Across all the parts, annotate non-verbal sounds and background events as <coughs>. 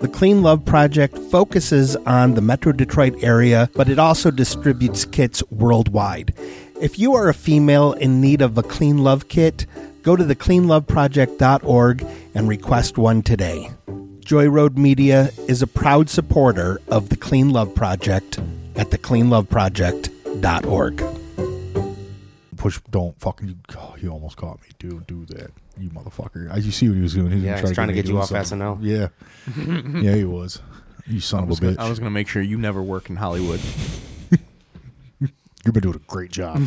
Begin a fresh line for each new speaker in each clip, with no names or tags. The Clean Love Project focuses on the Metro Detroit area, but it also distributes kits worldwide. If you are a female in need of a Clean Love kit, go to thecleanloveproject.org and request one today. Joy Road Media is a proud supporter of the Clean Love Project at thecleanloveproject.org.
Push, don't fucking. You, oh, you almost caught me. Dude, do that. You motherfucker. I, you see what he was doing. He was
Yeah, he's trying to
me
get you
doing
off
something.
SNL.
Yeah.
<laughs>
yeah, he was. You son of a
was gonna-
bitch.
I was going to make sure you never work in Hollywood.
You've been doing a great
<laughs>
job.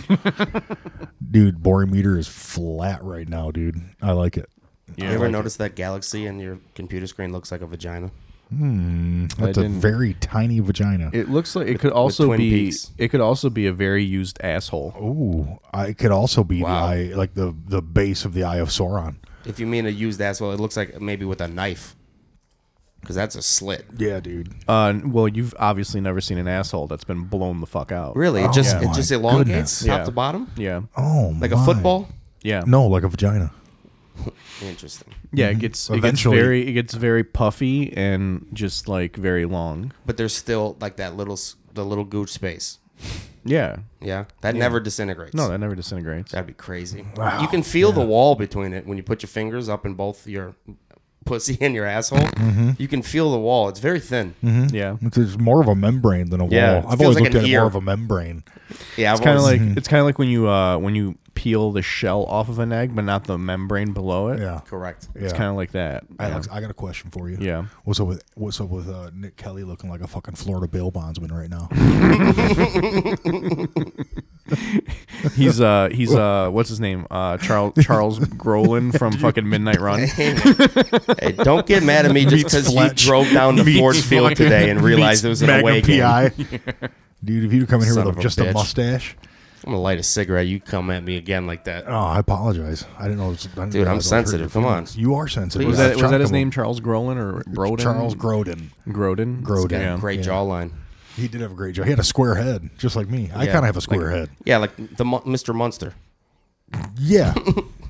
dude, boring meter is flat right now, dude. I like it.
you ever
like-
notice that galaxy in your computer screen looks like a vagina?
That's a
didn't-
very tiny vagina.
It looks like it could also
Twin
be
Peaks.
it could also be a very used asshole.
Oh. Ooh, I it could also be
Wow.
the eye, like the the base of the Eye of Sauron.
If you mean a used asshole, it looks like maybe with a knife, because that's a slit.
Yeah, dude.
Uh, well, you've obviously never seen an asshole that's been blown the fuck out.
Really, it just
Oh my
it just elongates
goodness.
top
Yeah.
to bottom
Yeah.
Oh,
like a
my.
football.
Yeah.
No, like a vagina.
Interesting,
Yeah, it gets it gets
Eventually.
very it gets very puffy and just like very long.
but there's still like that little s- the little gooch space.
Yeah.
Yeah, that never disintegrates.
No, that never disintegrates.
That'd be crazy. you can feel the wall between it when you put your fingers up in both your pussy <laughs> and your asshole.
Mm-hmm.
You can feel the wall. It's very thin.
Yeah.
It's, it's more of a membrane than a
Yeah, it
wall. I've
feels
always
like
looked
an
at it
ear.
more of a membrane.
Yeah,
It's kind of
Mm-hmm.
like it's kind of like when you uh when you peel the shell off of an egg but not the membrane below it.
Yeah.
<laughs> correct.
It's
Yeah.
kind of like that.
Alex, I got a question for you.
Yeah.
What's up with What's up with uh, Nick Kelly looking like a fucking Florida bail bondsman right
<laughs>
now?
He's uh he's uh what's his name?
<laughs>
Uh Charles Charles Grolin from fucking Midnight Run.
Hey, don't get mad
<laughs>
at me just
Meets
because you
Fletch.
drove down to Ford Field today and realized it was an
Magnum
away game.
<laughs>
I'm
PI. Dude, if you'd come in here
Son
with
of
a,
a
just
bitch.
a mustache,
gonna light a cigarette. You come at me again like that.
oh, I apologize. I didn't know. It was, I didn't
Dude, I'm
realize I was hurting
sensitive.
your
Come on.
feelings. you are sensitive.
Please.
Was
I
that was
trying
that
to
his
come
name? Charles Grolin or
up-
Broden?
Charles Grodin.
Groden.
Grodin.
Yeah,
Yeah.
great jawline.
He did have a great job. He had a square head, just like me. I
Yeah,
kind of have a square
like-
head.
Yeah, like the Mon- Mr. Munster, <laughs>
Yeah,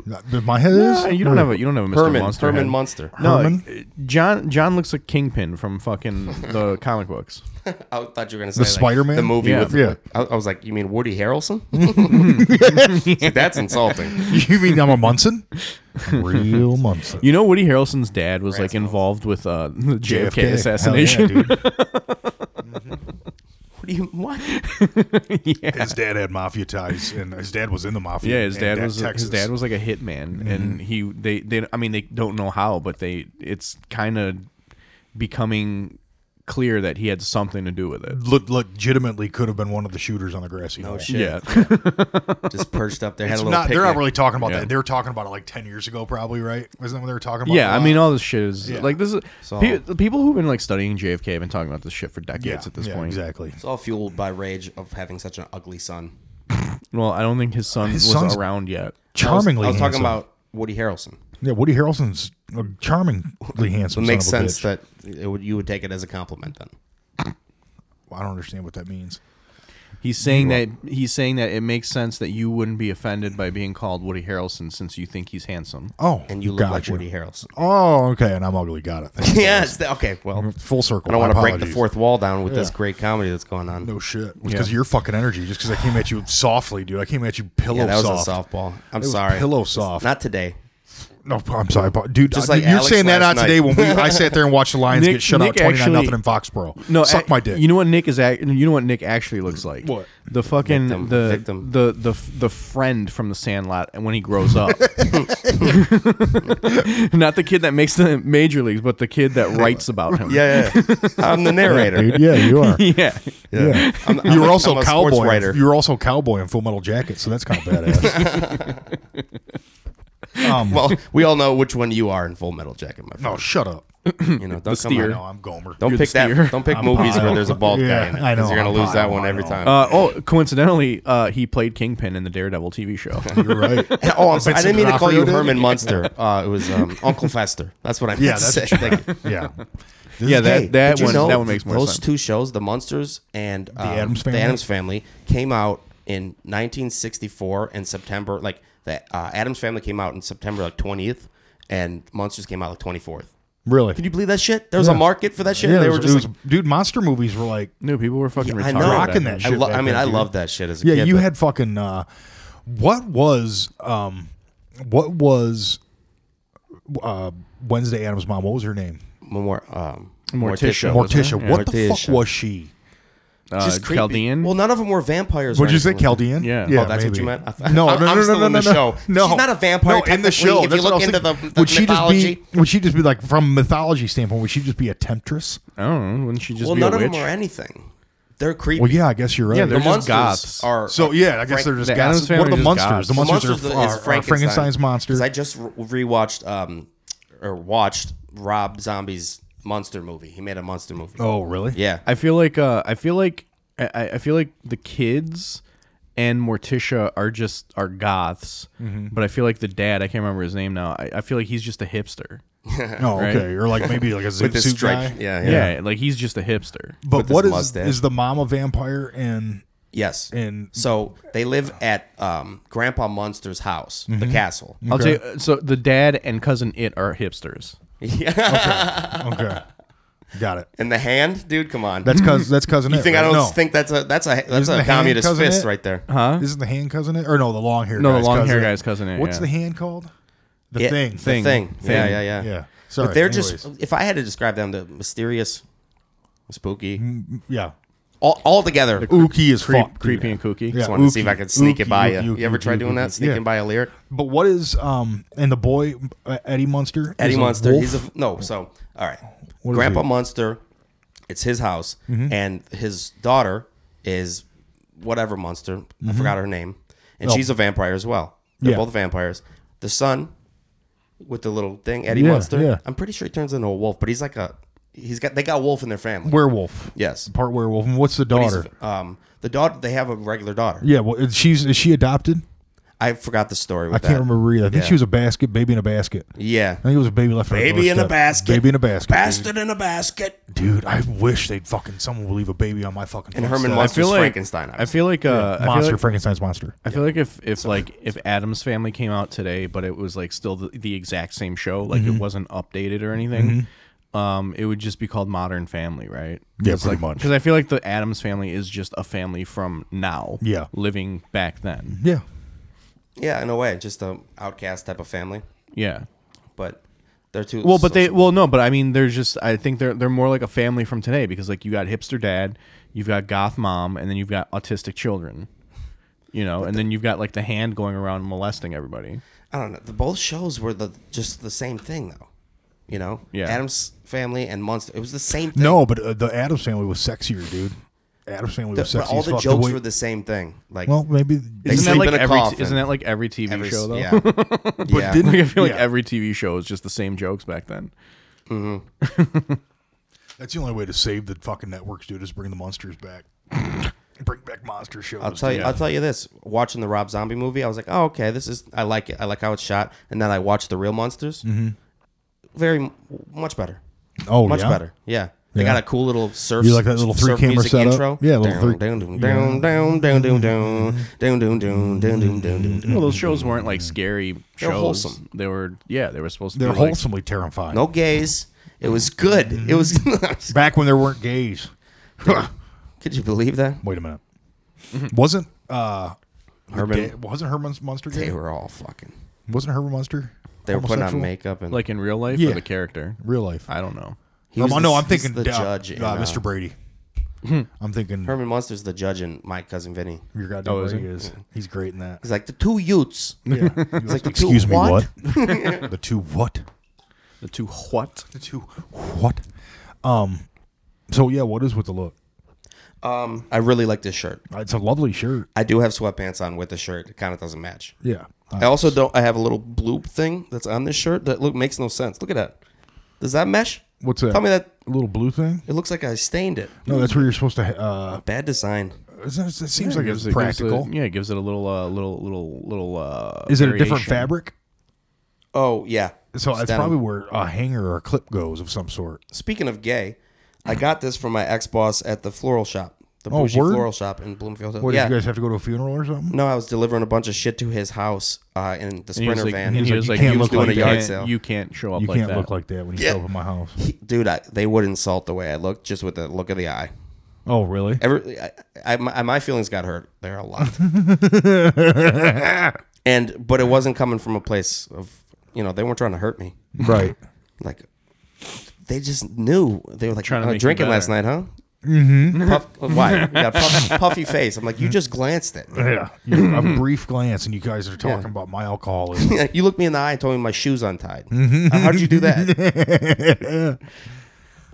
But my head
Nah,
is.
you don't have a you don't have a Mr.
Herman,
Monster.
Herman
head.
Munster.
No,
Herman?
uh, John John looks like Kingpin from fucking the comic books.
I thought you were gonna say
The
like,
Spider-Man?
the movie
Yeah.
with.
Yeah.
I, I was like, you mean Woody
<laughs>
Harrelson? <laughs> See, that's insulting.
you mean I'm a
<laughs>
Munson? Real Munson.
You know, Woody Harrelson's dad was like
Rascals.
involved with uh, <laughs> the JFK,
Hell yeah,
assassination.
dude.
What do you what?
His dad had mafia ties, and his dad was in the mafia.
Yeah, his
in
dad
Da-
was his
Texas. Mm-hmm.
dad was like a hitman, and he they they I mean they don't know how, but they it's kind of becoming clear that he had something to do with it.
Le- legitimately could have been one of the shooters on the grassy hole. <laughs>
shit.
Yeah,
Just perched up there. Had
It's
a little
not, they're not
picnic.
really talking about
Yeah.
that. They were talking about it like ten years ago, probably. Right? Isn't that what they were talking about?
yeah. I
Wow.
mean, all this shit is
Yeah.
like this is
So-
pe- the people who've been like studying JFK have been talking about this shit for decades
yeah,
at this
yeah,
point.
exactly.
It's all fueled by rage of having such an ugly son.
Well, I don't think his son
His
was
son's-
around yet.
I was-
Charmingly,
I was,
handsome.
talking about Woody Harrelson.
yeah. Woody Harrelson's a charmingly
It
handsome.
makes
son of a
sense
bitch.
that it would, you would take it as a compliment then.
I don't understand what that means.
He's saying that he's saying that it makes sense that you wouldn't be offended by being called Woody Harrelson since you think he's handsome.
Oh,
And you look
gotcha.
like
<laughs>
Woody Harrelson.
Oh, okay. And I'm ugly. Got it. Thank you.
yes. th- okay. Well,
Full circle.
I don't want to break the
Mm-hmm. Apologies.
fourth wall down with this
Yeah.
great comedy that's going on.
No shit. Because of your fucking energy. Just because I came at you softly, dude. I came at you pillow
yeah, that was
soft.
a softball. I'm
It was
sorry.
pillow soft. <laughs>
Not today.
No, I'm sorry, but- dude.
Just
uh,
like
you're
Alex
saying that
last
out today
night.
when we, I sat there and watched the Lions
Nick-
get shut
Nick
out 29
actually-
nothing in Foxborough.
No,
suck
a-
my dick.
You know what Nick is? Act- you know what Nick actually looks like?
What?
the fucking
Victim,
the
victim.
the the f- the friend from the Sandlot, and when he grows up, <laughs> not the kid that makes the major leagues, but the kid that writes about him.
Yeah, yeah. I'm the narrator.
dude. Yeah, you are.
<laughs> yeah.
Yeah.
I'm-
you
I'm
were
a-
also
I'm a sports
cowboy.
writer. <laughs>
You were also cowboy in Full Metal Jacket, so that's kind of badass. Um,
Well, <laughs> we all know which one you are in Full Metal Jacket, my friend.
no, shut up.
you
<laughs>
know, don't come
steer.
No,
out-
I'm Gomer.
Don't
You're
pick
the steer.
that. Don't pick movies where there's a bald guy in it.
Yeah, I know,
'cause You're gonna
I'm
lose that
Pyle,
one
I
every
know.
time.
Uh, oh, coincidentally, uh, he played Kingpin in the Daredevil
<laughs>
TV show.
You're right.
oh, I'm sorry. I
Vincent
didn't mean to call you
D'Onofrio did?
Herman Munster. Uh, it was um, Uncle Fester. That's what I meant
Yeah,
to
that's
say.
true.
Thank you.
Yeah. This
yeah,
is
that
gay.
that
Did you
one
know
that one makes more
those
sense.
two shows, The Munsters and um,
Addams Family?
the Adams Family, came out in 1964 in September. Like the uh, Adams Family came out in September like 20th, and Munsters came out like 24th.
really.
Can you believe that shit? There was
Yeah.
a market for that shit.
yeah,
and they
it
were
was-
just
it
like,
was- dude. Monster movies were like
No, people were fucking retarded.
I know.
back
Rocking
then.
that
I,
shit
lo-
back
I mean,
then,
I
dude.
loved that shit as a
yeah.
kid.
you
but
had fucking uh, what was um, what was uh Wednesday Adams' mom? What was her name?
more um,
Morticia.
Morticia.
was her?
Morticia. What the fuck
Morticia.
was she?
Uh,
Just creepy.
Chaldean.
Well, none of them were vampires. or
Would you say
anything.
Chaldean?
Yeah.
Oh, that's what you meant? I thought-
no, no,
<laughs> I'm-
no,
I'm
no,
still
no,
in
no,
the show.
No,
She's not a vampire,
No, in the
technically,
show.
if you
that's what
look
I was
into
thinking.
the- the
would she just
mythology.
be? Would she just be like from mythology standpoint? Would she just be a temptress?
I don't know. Wouldn't she just
Well,
be a
none of
witch?
them are anything. They're creepy.
Well, yeah, I guess you're right.
Yeah, they're
the
just
monsters
goths.
are uh,
so yeah, I guess
Frank-
they're just
the Addams
gods. What are
family
the
just
monsters? The
gods.
The
monsters are,
is
are, are uh, Frankenstein's monster.
'Cause I just re- rewatched um, or watched Rob Zombie's monster movie. He made a monster movie.
oh, really?
yeah.
I feel like uh, I feel like I, I- I feel like the kids and Morticia are just are goths,
Mm-hmm.
but I feel like the dad I can't remember his name now. I, I feel like he's just a hipster.
No, okay. Or like maybe like a zoot
With his
suit
stripe.
guy.
Yeah, yeah.
Oh, Yeah. like he's just a hipster.
But
with his
what is
mustache.
is the mom a vampire and
Yes.
And-
so they live at um, Grandpa Munster's house, the
Mm-hmm.
castle. <laughs>
I'll tell you, uh, so the dad and cousin it are hipsters.
okay, got it.
And the hand, dude, come on.
That's cause that's cousin.
<laughs> you think I don't think that's a that's a that's
Isn't the
a
hand
communist
cousin
fist
it?
right there.
Huh? Isn't the hand cousin it? Or no, the long hair.
No, the
guy's
long-hair
cousin.
guy's cousin it,
What's
yeah.
the hand called? The
Yeah,
thing.
The thing. Yeah,
Thing.
yeah, yeah.
Yeah.
but
Sorry,
they're
anyways.
just if I had to describe them, the mysterious,
Mm.
spooky,
Yeah.
all, all together.
Ookie is
Creep,
fuck, dude.
creepy and kooky.
Yeah.
Just wanted to see
ookie,
if I could sneak it
ookie,
by
ookie,
you.
ookie,
You ever tried
ookie,
doing
ookie.
that? Sneaking
Yeah.
by a lyric?
But what is um and the boy uh, Eddie Munster?
Eddie
is a
Munster.
wolf?
He's a no. So all right,
is Mm-hmm.
Grandpa
he?
Munster. It's his house, and his daughter is whatever Munster. I forgot her name, and she's a vampire as well. They're
Mm-hmm. Yeah.
both vampires. The son with the little thing, Eddie
Yeah,
Munster.
yeah.
I'm pretty sure he turns into a wolf, but he's like a he's got they got a wolf in their family.
werewolf.
yes,
Part werewolf. And what's the
He's-
daughter?
um, the daughter they have a regular daughter.
Yeah, well, is she's is she adopted?
I forgot the story. With
I can't
that.
remember either. I think
Yeah.
she was a basket baby in a basket.
Yeah,
I think it was a baby left. on her
baby in a
doorstep.
basket.
Baby in a basket.
Bastard in a basket.
Dude, I wish they'd fucking someone would leave a baby on my fucking.
And
doorstep.
Herman
I feel
Munster's
like
Frankenstein.
I feel like uh, I feel
monster,
like-
Frankenstein's monster.
I feel like if if like if Adam's Family came out today, but it was like still the, the exact same show, like
Mm-hmm.
it wasn't updated or anything, um, it would just be called Modern Family, right?
Yeah, pretty much.
Because I feel like the Adams Family is just a family from now,
Yeah. Mm-hmm.
living back then,
Yeah,
Yeah, in a way, just a outcast type of family,
yeah.
but they're too.
Well, but
so-
they well no, but I mean, they're just I think they're they're more like a family from today because like you got hipster dad, you've got goth mom, and then you've got autistic children, you know, and then you've got like the hand going around molesting everybody.
I don't know. The, both shows were the just the same thing, though. You know,
Yeah.
Adam's Family and Monster. It was the same thing.
no, but uh, the Adams family was sexier, dude. Adams family
The-
was sexier.
but all
as
the
fuck.
jokes
way-
were the same thing. Like
Well, maybe
They
Isn't that
sleep
like
in a
every
coffin.
isn't that like every TV
every
show though?
yeah.
<laughs>
yeah.
didn't-
<laughs> Like, I feel like
Yeah.
every TV show is just the same jokes back then.
that's the only way to save the fucking networks, dude. Is bring the monsters
<laughs>
back. bring back monster shows.
I'll tell you.
dude.
I'll tell you this. Watching the Rob Zombie movie, I was like, "Oh, okay, this is. I like it. I like how it's shot." And then I watched the real monsters. Mm-hmm. Very m- much better.
Oh,
much
yeah?
better. Yeah, they
Yeah.
got a cool little surf.
You like that little
surf
three-camera
music
setup?
intro.
Yeah, little three-
down, down, down, down, down, down, down, down, down, down, down, down, down,
Mm-hmm.
down.
Well, those shows weren't like scary
They're
shows.
Mm-hmm. wholesome.
They were yeah, they were supposed to
They're
be like-
wholesomely terrifying.
No gays. It was good. It was. <laughs>
Back when there weren't gays.
Could you believe that?
Wait a minute. Wasn't uh the
Mm-hmm. Herman-
gay- wasn't Herman Munster gay?
They were all fucking.
wasn't Herman Munster?
They were putting on
homosexual?
makeup and
like in real life
Yeah.
or the character.
Real life.
I don't know.
He was
Herman-
the-
no, I'm
he's
thinking
the
uh,
judge.
uh,
in, uh,
Mr. Brady.
Hmm.
I'm thinking
Herman Munster's the judge in My Cousin Vinny.
you're goddamn
Oh, is
right
he?
he is. He's great in
<laughs>
that.
He's like the two Utes.
Yeah.
like the two
Excuse me,
what?
what?
<laughs>
the two what?
The two what?
The two what? Um so yeah, what is with the look? Uh,
Um, I really like this shirt.
It's a lovely shirt.
I do have sweatpants on with the shirt. It kind of doesn't match.
Yeah. Uh,
I also don't. I have a little bloop thing that's on this shirt that look makes no sense. Look at that. Does that mesh?
What's that?
Tell me that
A little blue thing?
it looks like I stained it.
No, that's where you're supposed to. ha-
Bad design.
Uh, is that, it seems
Yeah,
like
gives
it's
it- gives it-
practical.
yeah, it gives it a little, uh, little, little, little. Uh,
is it a different
variation.
fabric?
Oh yeah.
So it's
denim.
probably where a hanger or a clip goes of some sort.
Speaking of gay, I got this from my ex boss at the floral shop, the
Oh,
bougie
word?
floral shop in Bloomfield. Hill.
What
yeah.
did you guys have to go to a funeral or something?
no, I was delivering a bunch of shit to his house uh, in the
And he
Sprinter
was like,
van.
and he
He's
was
like,
like,
"You can't
he was
look
like,
like
you
that."
can't- You can't show up
You
like
can't
that.
look like that when you
Yeah.
show up at my house.
Dude, I, they would insult the way I looked just with the look of the eye.
Oh, really?
Every, I, I, my, my feelings got hurt there a lot. and but it wasn't coming from a place of you know they weren't trying to hurt me.
<laughs> Right.
Like they just knew they were like
Trying to
"Oh,
make you
drinking
better."
last night, huh? Mm-hmm. Puff, why? You got a puff, puffy face. I'm like you just glanced at me.
Yeah. You- a brief glance, and you guys are talking about my
<laughs>
alcoholism.
<laughs> you looked me in the eye and told me my shoes untied. Uh, How did you do that?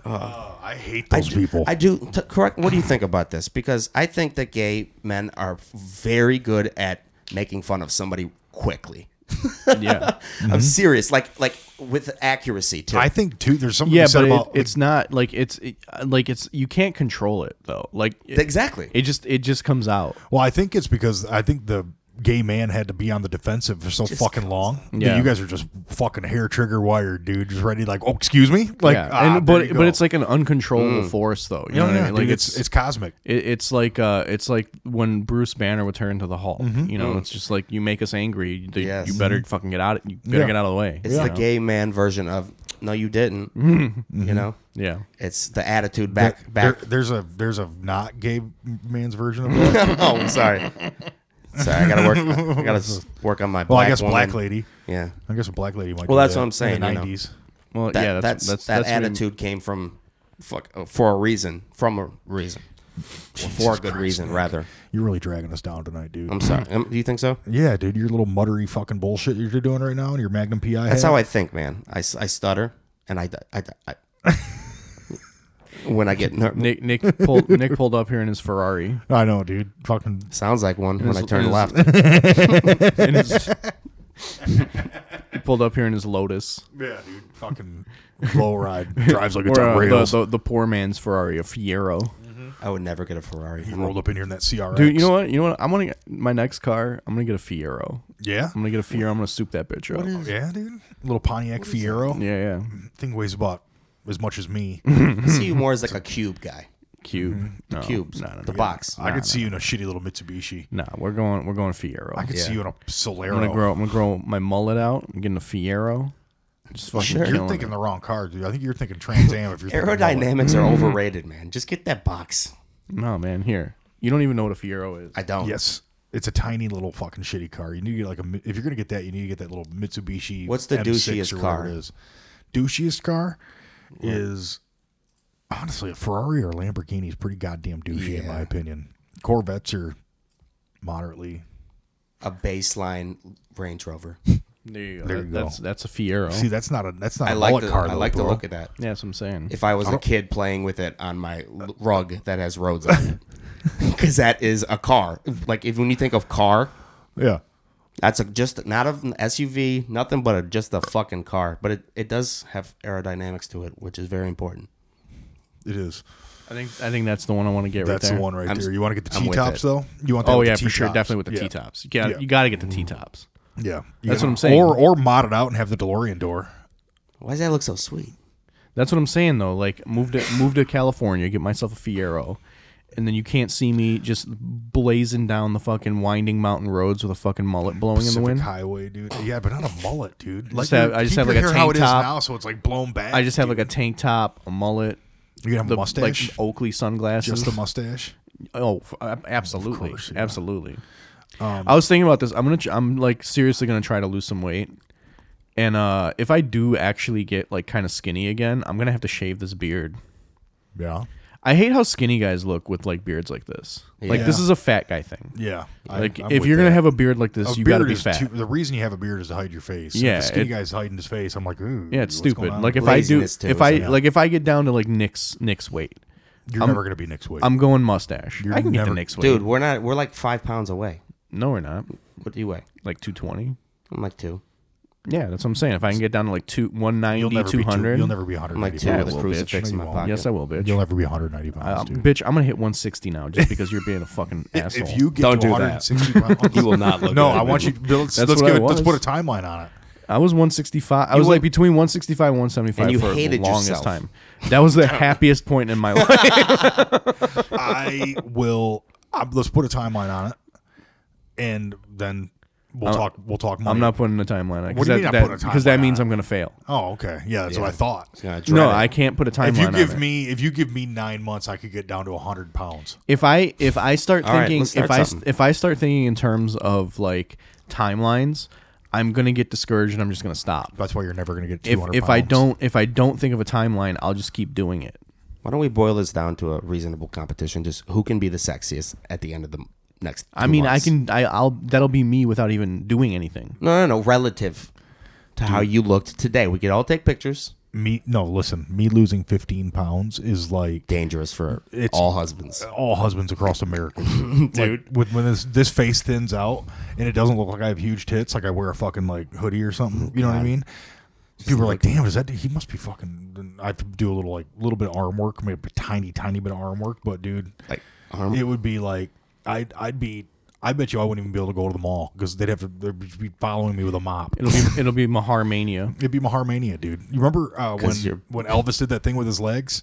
I hate those people.
I do t- correct. What do you think about this? Because I think that gay men are very good at making fun of somebody quickly.
<laughs>
yeah,
I'm serious, like like with accuracy too.
Mm-hmm. I think too. There's something
yeah,
to be
but
said
it,
about
it's not like it's it, like it's you can't control it though. Like it-
Exactly.
it just it just comes out.
Well, I think it's because I think the gay man had to be on the defensive for so fucking long. Yeah.
Yeah.
You guys are just fucking hair trigger wired, dude. Just ready, like, oh, excuse me, like,
yeah,
ah,
and,
there
but
you
but
go.
it's like an uncontrollable
Mm.
force though. You know
yeah,
what
yeah,
I mean? Like
dude, it's, it's cosmic.
It, it's like uh, it's like when Bruce Banner would turn to the Hulk.
Mm-hmm.
You know, it's just like you make us angry. You, you
Mm. Yes.
better fucking get out. You better
Yeah.
get out of the way.
it's
you
the
know?
gay man version of no, you
<laughs>
didn't.
Mm-hmm.
You know,
Yeah,
it's the attitude back back.
There- there's a there's a not gay man's version
<laughs>
of that.
<laughs> oh, I'm sorry.
<laughs>
Sorry, I gotta work. I gotta s- work on my.
well,
black
I guess
woman.
black lady.
Yeah,
I guess a black lady might.
Well,
do
that's
that
what I'm saying,
In the
you know.
nineties.
well,
that,
yeah.
that's,
That's that's,
that
that's what he-
attitude came from fuck uh, for a reason, from a reason, Or for a good reason rather.
You're really dragging us down tonight, dude. <laughs>
I'm sorry. Um, do you think so?
yeah, dude, your little muttery fucking bullshit you're doing right now, and your Magnum PI.
That's how I think, man. I, s- I stutter and I, I, I,
<laughs>
I- when I get nervous.
Nick Nick pulled Nick pulled up here in
<laughs>
his Ferrari.
I know, dude. Fucking
Sounds like one when I
his-
turn
his-
left.
In his, he pulled up here in his Lotus.
yeah, dude. Fucking low
<laughs>
ride drives like it's
Or,
on
uh, the,
rails.
the, the poor man's Ferrari, a Fiero.
I would never get a Ferrari.
He rolled up in here in that CRX.
Dude, you know what? You know what? I'm gonna get my next car. I'm gonna get a Fiero.
Yeah. Oh,
I'm gonna get a Fiero. I'm gonna soup that bitch up.
Yeah, dude. Little Pontiac Fiero.
yeah, yeah.
Thing weighs about as much as
<laughs>
me.
I see you more as like a cube guy.
Cube.
Mm-hmm.
No,
Cubes.
Oh, No, no, no.
the box.
I could see you in a shitty little Mitsubishi.
Nah, we're going. We're going Fiero.
I could
Yeah.
see you in a
I'm gonna
Solero.
grow. I'm gonna grow my mullet out. I'm getting a Fiero. Just fucking
You're
killing
thinking
it.
the wrong car, dude. I think you're thinking Trans Am. If you're
<laughs>
thinking mullet.
Aerodynamics are overrated, man. Just get that box.
No, man. Here, you don't even know what a Fiero is.
I don't.
Yes. It's a tiny little fucking shitty car. You need to get like a. mi- If you're gonna get that, you need to get that little Mitsubishi.
What's the
M6
douchiest
or whatever
car?
It is. Douchiest car is honestly a Ferrari or Lamborghini is pretty goddamn douchey in my
Yeah.
opinion. Corvettes are moderately
A baseline Range Rover.
there you go.
There
That-
you
That's
go.
that's a Fiero.
See, that's not a that's not
I
a
like
mullet
the,
car.
I
though,
like the
bro.
look of that.
yeah, that's what I'm saying.
If I was a kid playing with it on my l- rug that has roads on it, <laughs> because that is a car. Like if when you think of car,
Yeah,
That's a just not an SUV, nothing but a, just a fucking car. But it, it does have aerodynamics to it, which is very important.
it is.
I think I think that's the one I want to get
That's
right there.
the one right
I'm-
there. You want to get the
I'm
T
with
tops
it.
though? You want? That
Oh
with
yeah,
the
for sure,
T-tops.
definitely with the
Yeah.
T tops. You got
Yeah. Mm-hmm.
to you got to get the T tops.
Yeah, You
That's what
know,
I'm saying.
Or or mod it out and have the DeLorean door.
Why does that look so sweet?
That's what I'm saying though. Like move to move to California, get myself a Fiero, and then you can't see me just blazing down the fucking winding mountain roads with a fucking mullet blowing in the
Pacific
wind.
Highway, dude. Yeah, but not a mullet, dude. Like
have-
your-
I just
keep
have,
your
like, a
hair how
tank
it is
top.
now, so it's like blown back.
I just have like a tank top, a mullet,
you can have
the
a mustache,
like Oakley sunglasses.
just a mustache.
<laughs> Oh, f- ab- absolutely, absolutely.
Um,
I was thinking about this. I'm gonna. tr- I'm like seriously gonna try to lose some weight, and uh, if I do actually get like kind of skinny again, I'm gonna have to shave this beard.
Yeah,
I hate how skinny guys look with like beards like this. Like this
Yeah.
is a fat guy thing.
yeah. I-
Like
I'm
if
with
you're
that.
gonna have a beard like this,
A
you gotta
beard
be
is
fat.
too- the reason you have a beard is to hide your face. Yeah,
Yeah,
if the skinny
it-
guy's hiding his face. I'm like, ooh,
yeah, it's
what's going
stupid.
on?
Like if I do,
Laziness, too,
if
is
I
a-
like if I get down to like Nick's Nick's weight,
you're never gonna be next week.
I'm going mustache.
You're
I can get
never-
to Nick's weight.
Dude, we're not we're like five pounds away.
no, we're not.
What do you weigh?
Like two twenty.
I'm like two.
Yeah, that's what I'm saying. If I can get down to like two, 190,
You'll never be
200.
two, You'll never be
I'm like
190
two
Yeah,
with a
little
crucifix
bitch.
in
No,
my
you
pocket.
won't.
yes, I will, bitch.
You'll never be 190 pounds,
Uh,
dude.
bitch, I'm going to hit 160 now just because you're being a fucking
<laughs>
asshole.
If you get
Don't do
to
that.
160 pounds,
You will not look
No,
good.
I want you. Let's,
That's
let's,
what
give
I
it, let's put
was.
a timeline on it.
I was 165. I was like between 165 and 175
And you
for
hated
the longest
yourself.
time. That
<laughs>
was the happiest point in my life.
I will. Um, let's put a timeline on it, and then we'll talk. We'll talk. Money.
I'm not putting a timeline. on it,
What
'cause
do you
that,
mean not
that-
put a
Because that
timeline
means
on
I'm going to fail.
Oh, okay. Yeah, that's what I thought.
Gonna dread
No,
it.
I can't put a timeline
If you
on
give
it.
me, if you give me nine months, I could get down to 100 pounds.
if I if I start
All right,
thinking
let's start
if I
something.
if I start thinking in terms of like timelines, I'm gonna get discouraged and I'm just gonna stop.
That's why you're never going to get
If
200.
if I
pounds.
don't if I don't think of a timeline, I'll just keep doing it.
Why don't we boil this down to a reasonable competition? Just who can be the sexiest at the end of the m- next?
I
two
mean,
months?
I can I, I'll that'll be me without even doing anything.
No, no, no. Relative to how you looked today, we could all take pictures.
me, no, listen, me losing 15 pounds is like
Dangerous for
It's-
all husbands.
all husbands across
<laughs>
America, dude. with, when this this face thins out and it doesn't look like I have huge tits, like I wear a fucking like hoodie or something. You know what I mean? People are like, "Damn, is that? He must be fucking." I have to do a little like little bit of arm work, maybe a tiny, tiny bit of arm work, but dude,
Like arm-
it would be like I'd I'd be. I bet you I wouldn't even be able to go to the mall because they'd have to they'd be following me with a mop.
It'll be it'll be Mahar mania.
It'd be Mahar Mania, dude. You remember uh, when
'Cause you're-
when Elvis did that thing with his
<laughs>
legs?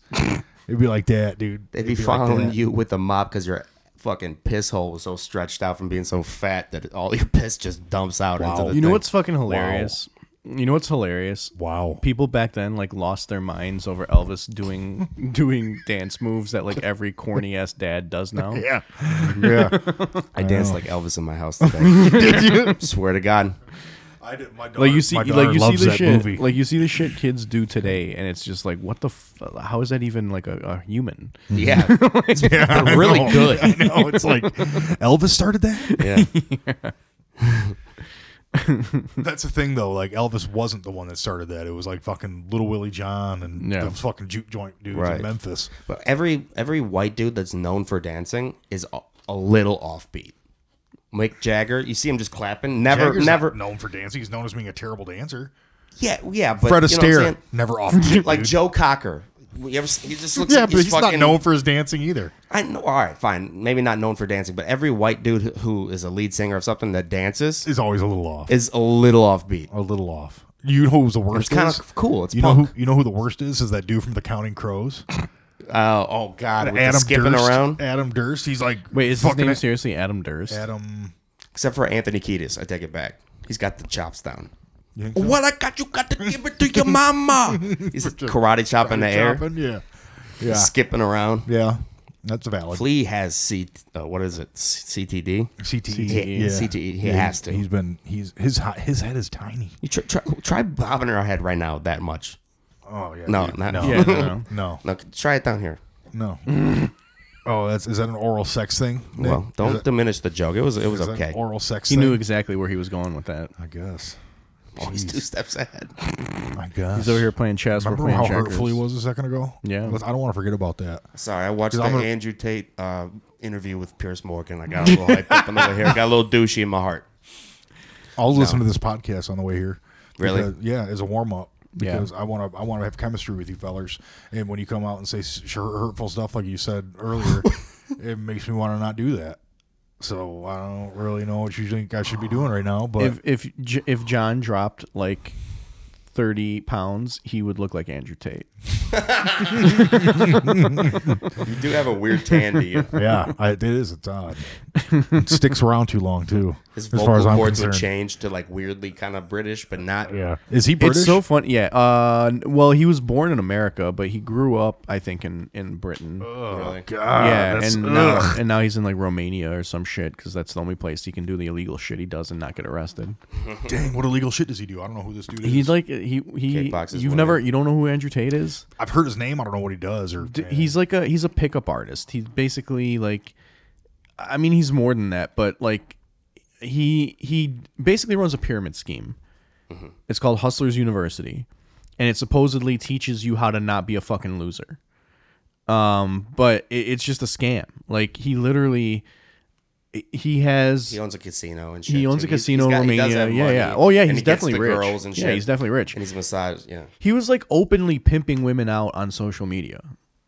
It'd be like that, dude.
They'd
It'd
be,
like
following
that.
you with a mop because your fucking piss hole was so stretched out from being so fat that all your <laughs> piss just dumps out into the
You know
thing.
what's fucking hilarious? You know what's hilarious?
Wow.
People back then like lost their minds over
<laughs>
Elvis doing doing dance moves that like every corny ass dad does
<laughs>
now.
Yeah, yeah.
I danced
Oh.
like Elvis in my
<laughs>
house today. Did you? Swear to God.
I did, my daughter,
like you see
my
like
daughter
you see
loves
the
that
shit
movie.
like you see the shit kids do today and it's just like what the f- how is that even like a, a human
<laughs> Yeah.
<laughs> yeah,
They're really
<laughs>
good.
<laughs> I know it's
<laughs>
like Elvis started that.
<laughs> Yeah.
That's the thing though. Like Elvis wasn't the one that started that. It was like fucking Little Willie John and
Yeah.
the fucking juke joint dudes
Right.
in Memphis.
But every every white dude that's known for dancing is a, a little offbeat. Mick Jagger, you see him just clapping. Never,
Jagger's
never.
not known for dancing. He's known as being a terrible dancer.
Yeah, yeah. But
Fred
you know what I'm
Astaire
saying? <laughs>
never off. <laughs>
like Joe Cocker. You ever, see- he just looks
yeah,
like
but
he's,
he's,
fucking.
not known for his dancing either.
I know. All right, fine. Maybe not known for dancing, but every white dude who- who is a lead singer of something that dances
He's always a little off.
is a little offbeat.
a little off. You know who's the worst?
kinda
is?
cool. It's
you know
punk.
who you know who the worst is is that dude from the Counting Crows,
Uh, oh God, with the
Adam
skipping
Durst.
around.
Adam Durst. He's like
wait is his
fucking
name seriously adam durst
Adam.
Except for Anthony Kiedis, I take it back. He's got the chops down.
You think so?
What I got, you got to give it to
<laughs>
your mama. He's karate chop in the air,
Chopping? Yeah, yeah,
skipping around.
yeah. That's valid.
Flea has C. Uh, what is it? C- E. CTD.
CTE.
CTE.
E. Yeah.
CTE, he
Yeah,
has to.
He's been he's his hi- his head is tiny.
You try, try, try bobbing her head right now that much.
Oh yeah.
No,
dude.
not
no.
yeah no, no.
No.
No, try it down here.
No.
<laughs>
oh, that's is that an oral sex thing? Nick?
Well, don't diminish the joke. It was it was
Is that an
okay.
oral sex
he
thing?
knew exactly where he was going
<sighs>
with that
I guess.
Oh, he's two steps ahead. <laughs>
I guess.
he's over here playing chess we're
Remember
playing
how
checkers.
hurtful he was a second ago?
Yeah.
Let's- I don't want to forget about that.
Sorry, I watched the
I'm gonna-
Andrew Tate uh, interview with Pierce Morgan. I got a little hyped up on the way here. I Got a little douchey in my heart.
I'll listen to this podcast on the way here.
Really?
Because- yeah, as a warm up.
Yeah.
Because I want to, I want to have chemistry with you fellers, and when you come out and say s- sure, hurtful stuff like you said earlier,
<laughs>
it makes me want to not do that. So I don't really know what you think I should be doing right now, but
if if J- if john dropped like 30 pounds he would look like andrew tate
You do have a weird tan
<laughs>
to you.
<laughs> yeah, I, it is. It's odd. It sticks around too long
<laughs>
too.
His
as
vocal
far as I'm
cords
concerned,
would change to like weirdly kind of British, but not.
yeah. Is he British?
it's so funny yeah uh n- well he was born in america but he grew up i think in in britain
Really.
Oh, God,
oh, yeah,
that's-
and
ugh.
now, and now he's in like Romania or some shit because that's the only place he can do the illegal shit he does and not get arrested.
dang, what illegal shit does he do? I don't know who this dude is.
He's like uh, he he.
Kickboxes,
You've
whatever.
never you don't know who Andrew Tate is?
I've heard his name. I don't know what he does. Or
D- He's like a he's a pickup artist. He's basically like, I mean he's more than that, but like he he basically runs a pyramid scheme.
Mm-hmm.
It's called Hustlers University, and it supposedly teaches you how to not be a fucking loser. Um, but it, it's just a scam. Like he literally he has
He owns a casino and shit.
he owns
too.
a
He's- he's
casino in
got- he
Romania.
does
Yeah,
have money,
yeah. Oh yeah,
and
he's
he gets
definitely
the
rich.
Girls and shit.
Yeah, he's definitely rich.
And he's massage. Yeah.
he was like openly pimping women out on social media,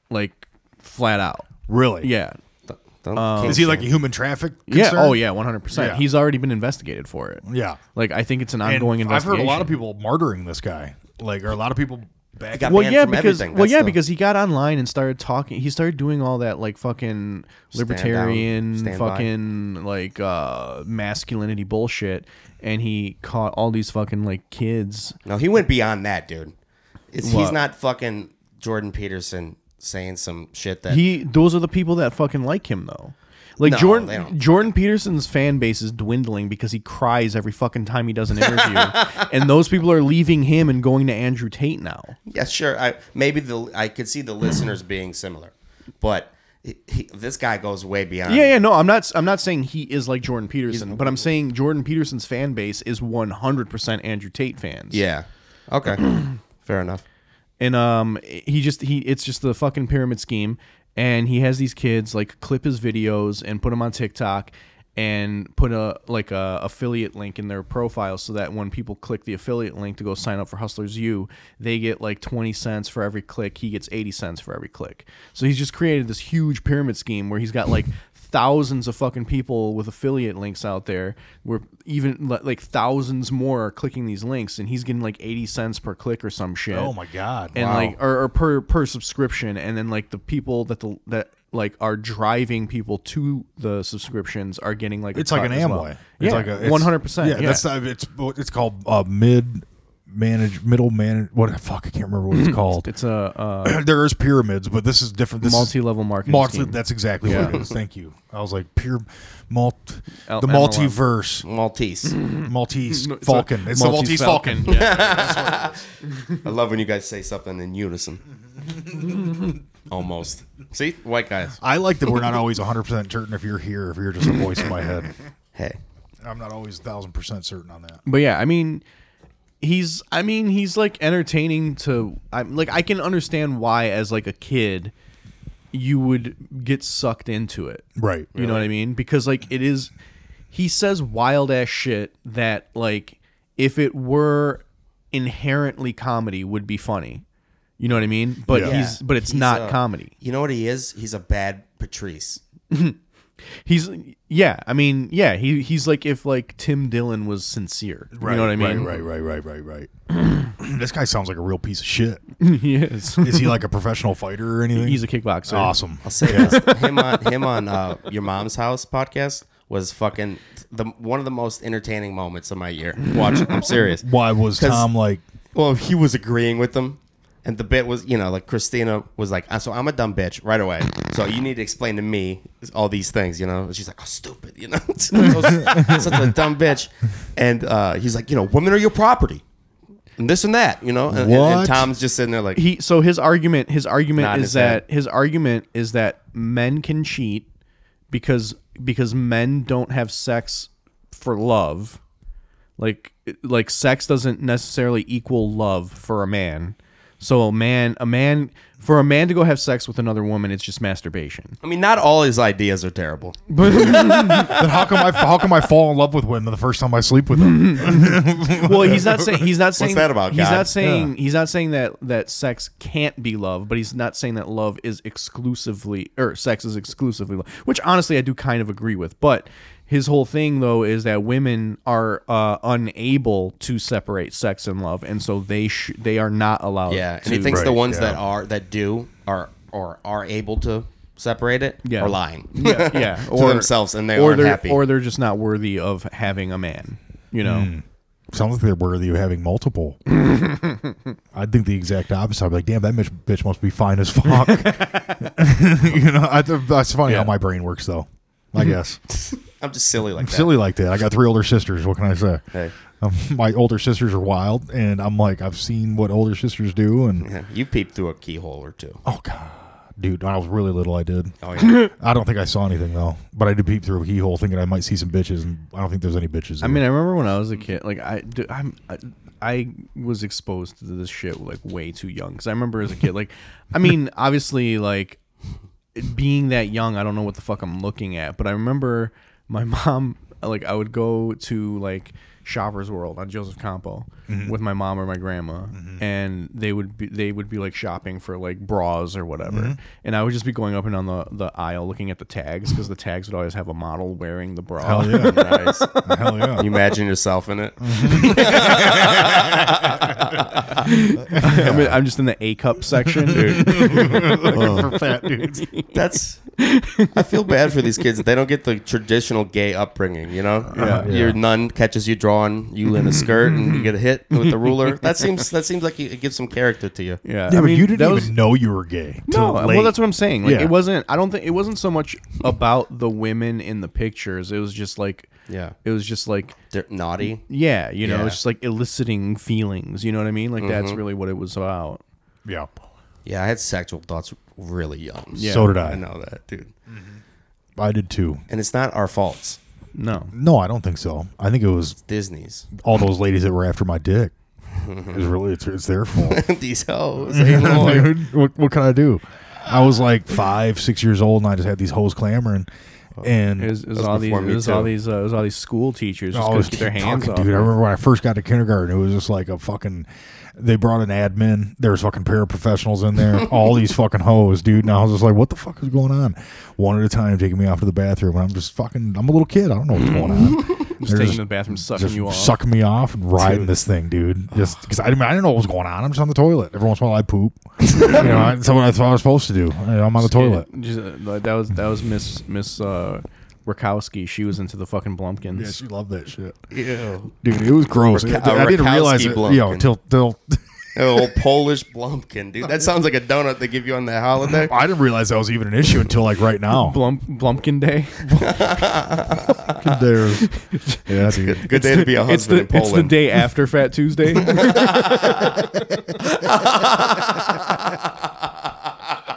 like flat out.
Really?
Yeah.
Th- don't-
Um,
can't-
Is he like a human traffic?
Yeah.
concern?
Oh yeah, one hundred percent.
Yeah.
He's already been investigated for it.
Yeah.
Like I think it's an
And
ongoing
I've
investigation.
heard a lot of people martyring this guy. Like, are a lot of people back?
got
Well,
banned
yeah,
from
because
everything.
well,
That's
yeah,
the-
because he got online and started talking. He started doing all that like fucking
down,
libertarian,
stand by.
fucking like uh, masculinity bullshit, and he caught all these fucking like kids.
No, he went beyond that, dude. It's, he's
What?
not fucking Jordan Peterson saying some shit that
He those are the people that fucking like him though. Like
No, they
Jordan
don't.
Jordan Peterson's fan base is dwindling because he cries every fucking time he does an
<laughs>
interview, and those people are leaving him and going to Andrew Tate now.
Yeah, sure. I maybe the I could see the
<clears throat>
listeners being similar, but he, he, this guy goes way beyond.
Yeah, yeah, no, I'm not. I'm not saying he is like Jordan Peterson, but I'm saying Jordan Peterson's fan base is 100 percent Andrew Tate fans.
yeah.
<clears throat>
Okay, fair enough.
and um, he just he it's just the fucking pyramid scheme, and he has these kids like clip his videos and put them on TikTok, and put a like a affiliate link in their profile so that when people click the affiliate link to go sign up for Hustlers U, they get like 20 cents for every click. He gets 80 cents for every click. So he's just created this huge pyramid scheme where he's got like <laughs> thousands of fucking people with affiliate links out there where even li- like thousands more are clicking these links and he's getting like 80 cents per click or some shit
Oh my god!
and
wow.
like or, or per per subscription and then like the people that the that like are driving people to the subscriptions are getting like a
it's like
cut
an
as
Amway.
well.
It's
yeah
like a it's-
100%
Yeah, that's not, it's what it's called uh, mid manage middle manage. What fuck? I can't remember what it's called.
it's a
<clears throat>
uh,
there is pyramids, but this is different. This is-
Multi-level marketing
Multi,
scheme.
that's exactly what it is. Thank you. I was like pure, mult,
L-
the
MLM.
multiverse,
Maltese.
<clears throat>
Maltese
it's a
Falcon. It's the Maltese Falcon.
Yeah.
I love when you guys say something in unison.
<laughs>
Almost. See, white guys.
I like that we're not always 100 percent certain if you're here, if you're just a voice in my head.
Hey,
<laughs> I'm not always thousand percent certain on that.
but yeah i mean he's i mean he's like entertaining to i'm like i can understand why as like a kid you would get sucked into it
Right.
You know what I mean? Because like it is he says wild ass shit that like if it were inherently comedy would be funny. You know what I mean? But
Yeah.
he's but it's
He's uh,
not
a-
comedy.
You know what he is? He's a bad Patrice.
He's yeah, I mean, yeah, he he's like if like Tim Dillon was sincere. you know what I mean?
Right, right, right, right, right, right. <clears throat> this guy sounds like a real piece of shit.
<laughs> he is.
Is he like a professional fighter or anything?
he's a kickboxer.
awesome.
I'll say this: him on him on uh, your mom's house podcast was fucking the one of the most entertaining moments of my year. Watch it. I'm serious.
Why was
'Cause-
Tom like?
Well, he was agreeing with them. And the bit was, you know, like Christina was like, "Ah, so I'm a dumb bitch right away. So you need to explain to me all these things, you know? And she's like, oh, stupid, you know? <laughs> such
<laughs>
a dumb bitch. And uh, he's like, you know, women are your property. And this and that, you know? And, and- and
What?
Tom's just sitting there like,
He so his argument his argument
Nod
is
his head.
that his argument is that men can cheat because because men don't have sex for love. Like like sex doesn't necessarily equal love for a man. So a man a man for a man to go have sex with another woman it's just masturbation.
I mean, not all his ideas are terrible.
Then how come I how come I fall in love with women the first time I sleep with
<laughs>
them?
<laughs>
Well, he's not saying he's not saying
that about,
He's
God?
not saying he's not saying that that sex can't be love, but he's not saying that love is exclusively or sex is exclusively love. Which honestly, I do kind of agree with. But his whole thing though is that women are uh, unable to separate sex and love, and so they sh- they are not allowed.
Yeah. And
to-
he thinks the
Right,
ones
yeah.
that are, that do, are, or are able to separate it
Yeah.
are lying.
yeah, <laughs> yeah.
<laughs> To themselves, and they
or
aren't
they're,
happy.
or they're just not worthy of having a man. You know.
Sounds like they're worthy of having
<laughs>
multiple. I think the exact opposite. I'd be like, damn, that bitch, bitch must be fine as
<laughs>
fuck. <laughs> you know, I, that's funny
Yeah. Mm-hmm.
how my brain works, though. I guess
I'm just silly like that.
silly like that. I got three older sisters. What can I say?
Hey.
Um, my older sisters are wild, and I'm like, I've seen what older sisters do, and
Yeah, You peeped through a keyhole or two.
oh god, dude, when I was really little, I did.
Oh, yeah.
I don't think I saw anything though, but I did peep through a keyhole thinking I might see some bitches, and I don't think there's any bitches.
I mean, I remember when I was a kid. Like I, dude, I'm, I, I was exposed to this shit like way too young. Because I remember as a kid, like,
<laughs>
I mean, obviously, like being that young, I don't know what the fuck I'm looking at, but I remember my <laughs> mom like I would go to like Shoppers World on Joseph Campo
Mm-hmm.
with my mom or my grandma, and they would be they would be like shopping for like bras or whatever,
Mm-hmm.
and I would just be going up and on the the aisle looking at the tags because the tags would always have a model wearing the bra.
Hell
<laughs>
yeah.
Nice.
<laughs> Hell yeah.
You imagine yourself in it.
<laughs> I'm, I'm just in the A cup section,
<laughs>
<laughs>
For fat dudes.
That's. I feel bad for these kids. They don't get the traditional gay upbringing. You know, Uh,
Yeah.
your nun catches you drawing, you in a skirt, and you get hit with the
<laughs>
ruler. That seems that seems like it gives some character to you.
Yeah,
Yeah,
I
but
mean,
you didn't
that
even
was-
know you were gay.
No,
till
well,
late.
that's what I'm saying. Like,
Yeah.
it wasn't. I don't think it wasn't so much about the women in the pictures. It was just like,
Yeah.
it was just like,
They're naughty.
yeah, you know,
Yeah. Mm-hmm.
it's just like eliciting feelings. You know what I mean? Like that's really what it was about.
Yeah.
Yeah, I had sexual thoughts really young.
Yeah.
So did I.
I know that, dude.
I did too.
And it's not our faults.
No,
Mm-hmm.
No, I don't think so. I think it was
<laughs>
Disney's.
all those ladies that were after my dick. It's really it's, it's their fault.
These hoes.
<laughs>
ain't loyal.
Dude, what, what can I do? I was like five, six years old, and I just had these hoes clamoring, and
it was, it was
That's
all these,
before me,
it was all
too.
these, uh, it was all these school teachers just
Oh,
couldn't
it's
get their hands
fucking-
off.
Dude, I
her.
remember when I first got to kindergarten, it was just like a fucking. They brought an admin. There was fucking paraprofessionals in
<laughs>
there. all these fucking hoes, dude. And I was just like, what the fuck is going on? One at a time, taking me off to the bathroom. And I'm just fucking. I'm a little kid. I don't know what's going on.
<laughs> just
They're
taking
just-
the bathroom, sucking
Just
you off.
sucking me off and riding this thing, dude. Just because I, didn't- I didn't know what was going on. I'm just on the toilet. Every once in a while, I poop. you know, I, that's what I thought I was supposed to do. I, I'm on the toilet.
Yeah, just, uh, like, that was that was Miss Miss uh, Rakowski. She was into the fucking Blumpkins.
Yeah, she loved that shit,
Ew.
dude. It was gross.
Rakowski
I, I didn't realize it, you know,
Blumpkin.
till till <laughs>
Oh, Polish Blumpkin, dude. That sounds like a donut they give you on that
<laughs>
holiday.
I didn't realize that was even an issue until like right
Oh.
now.
Blump,
<laughs>
Blumpkin Day.
There's, <laughs> yeah, dude.
<laughs> Good, good day to be a
it's
husband
the
in
it's the
Poland.
day after Fat
<laughs>
Tuesday. <laughs>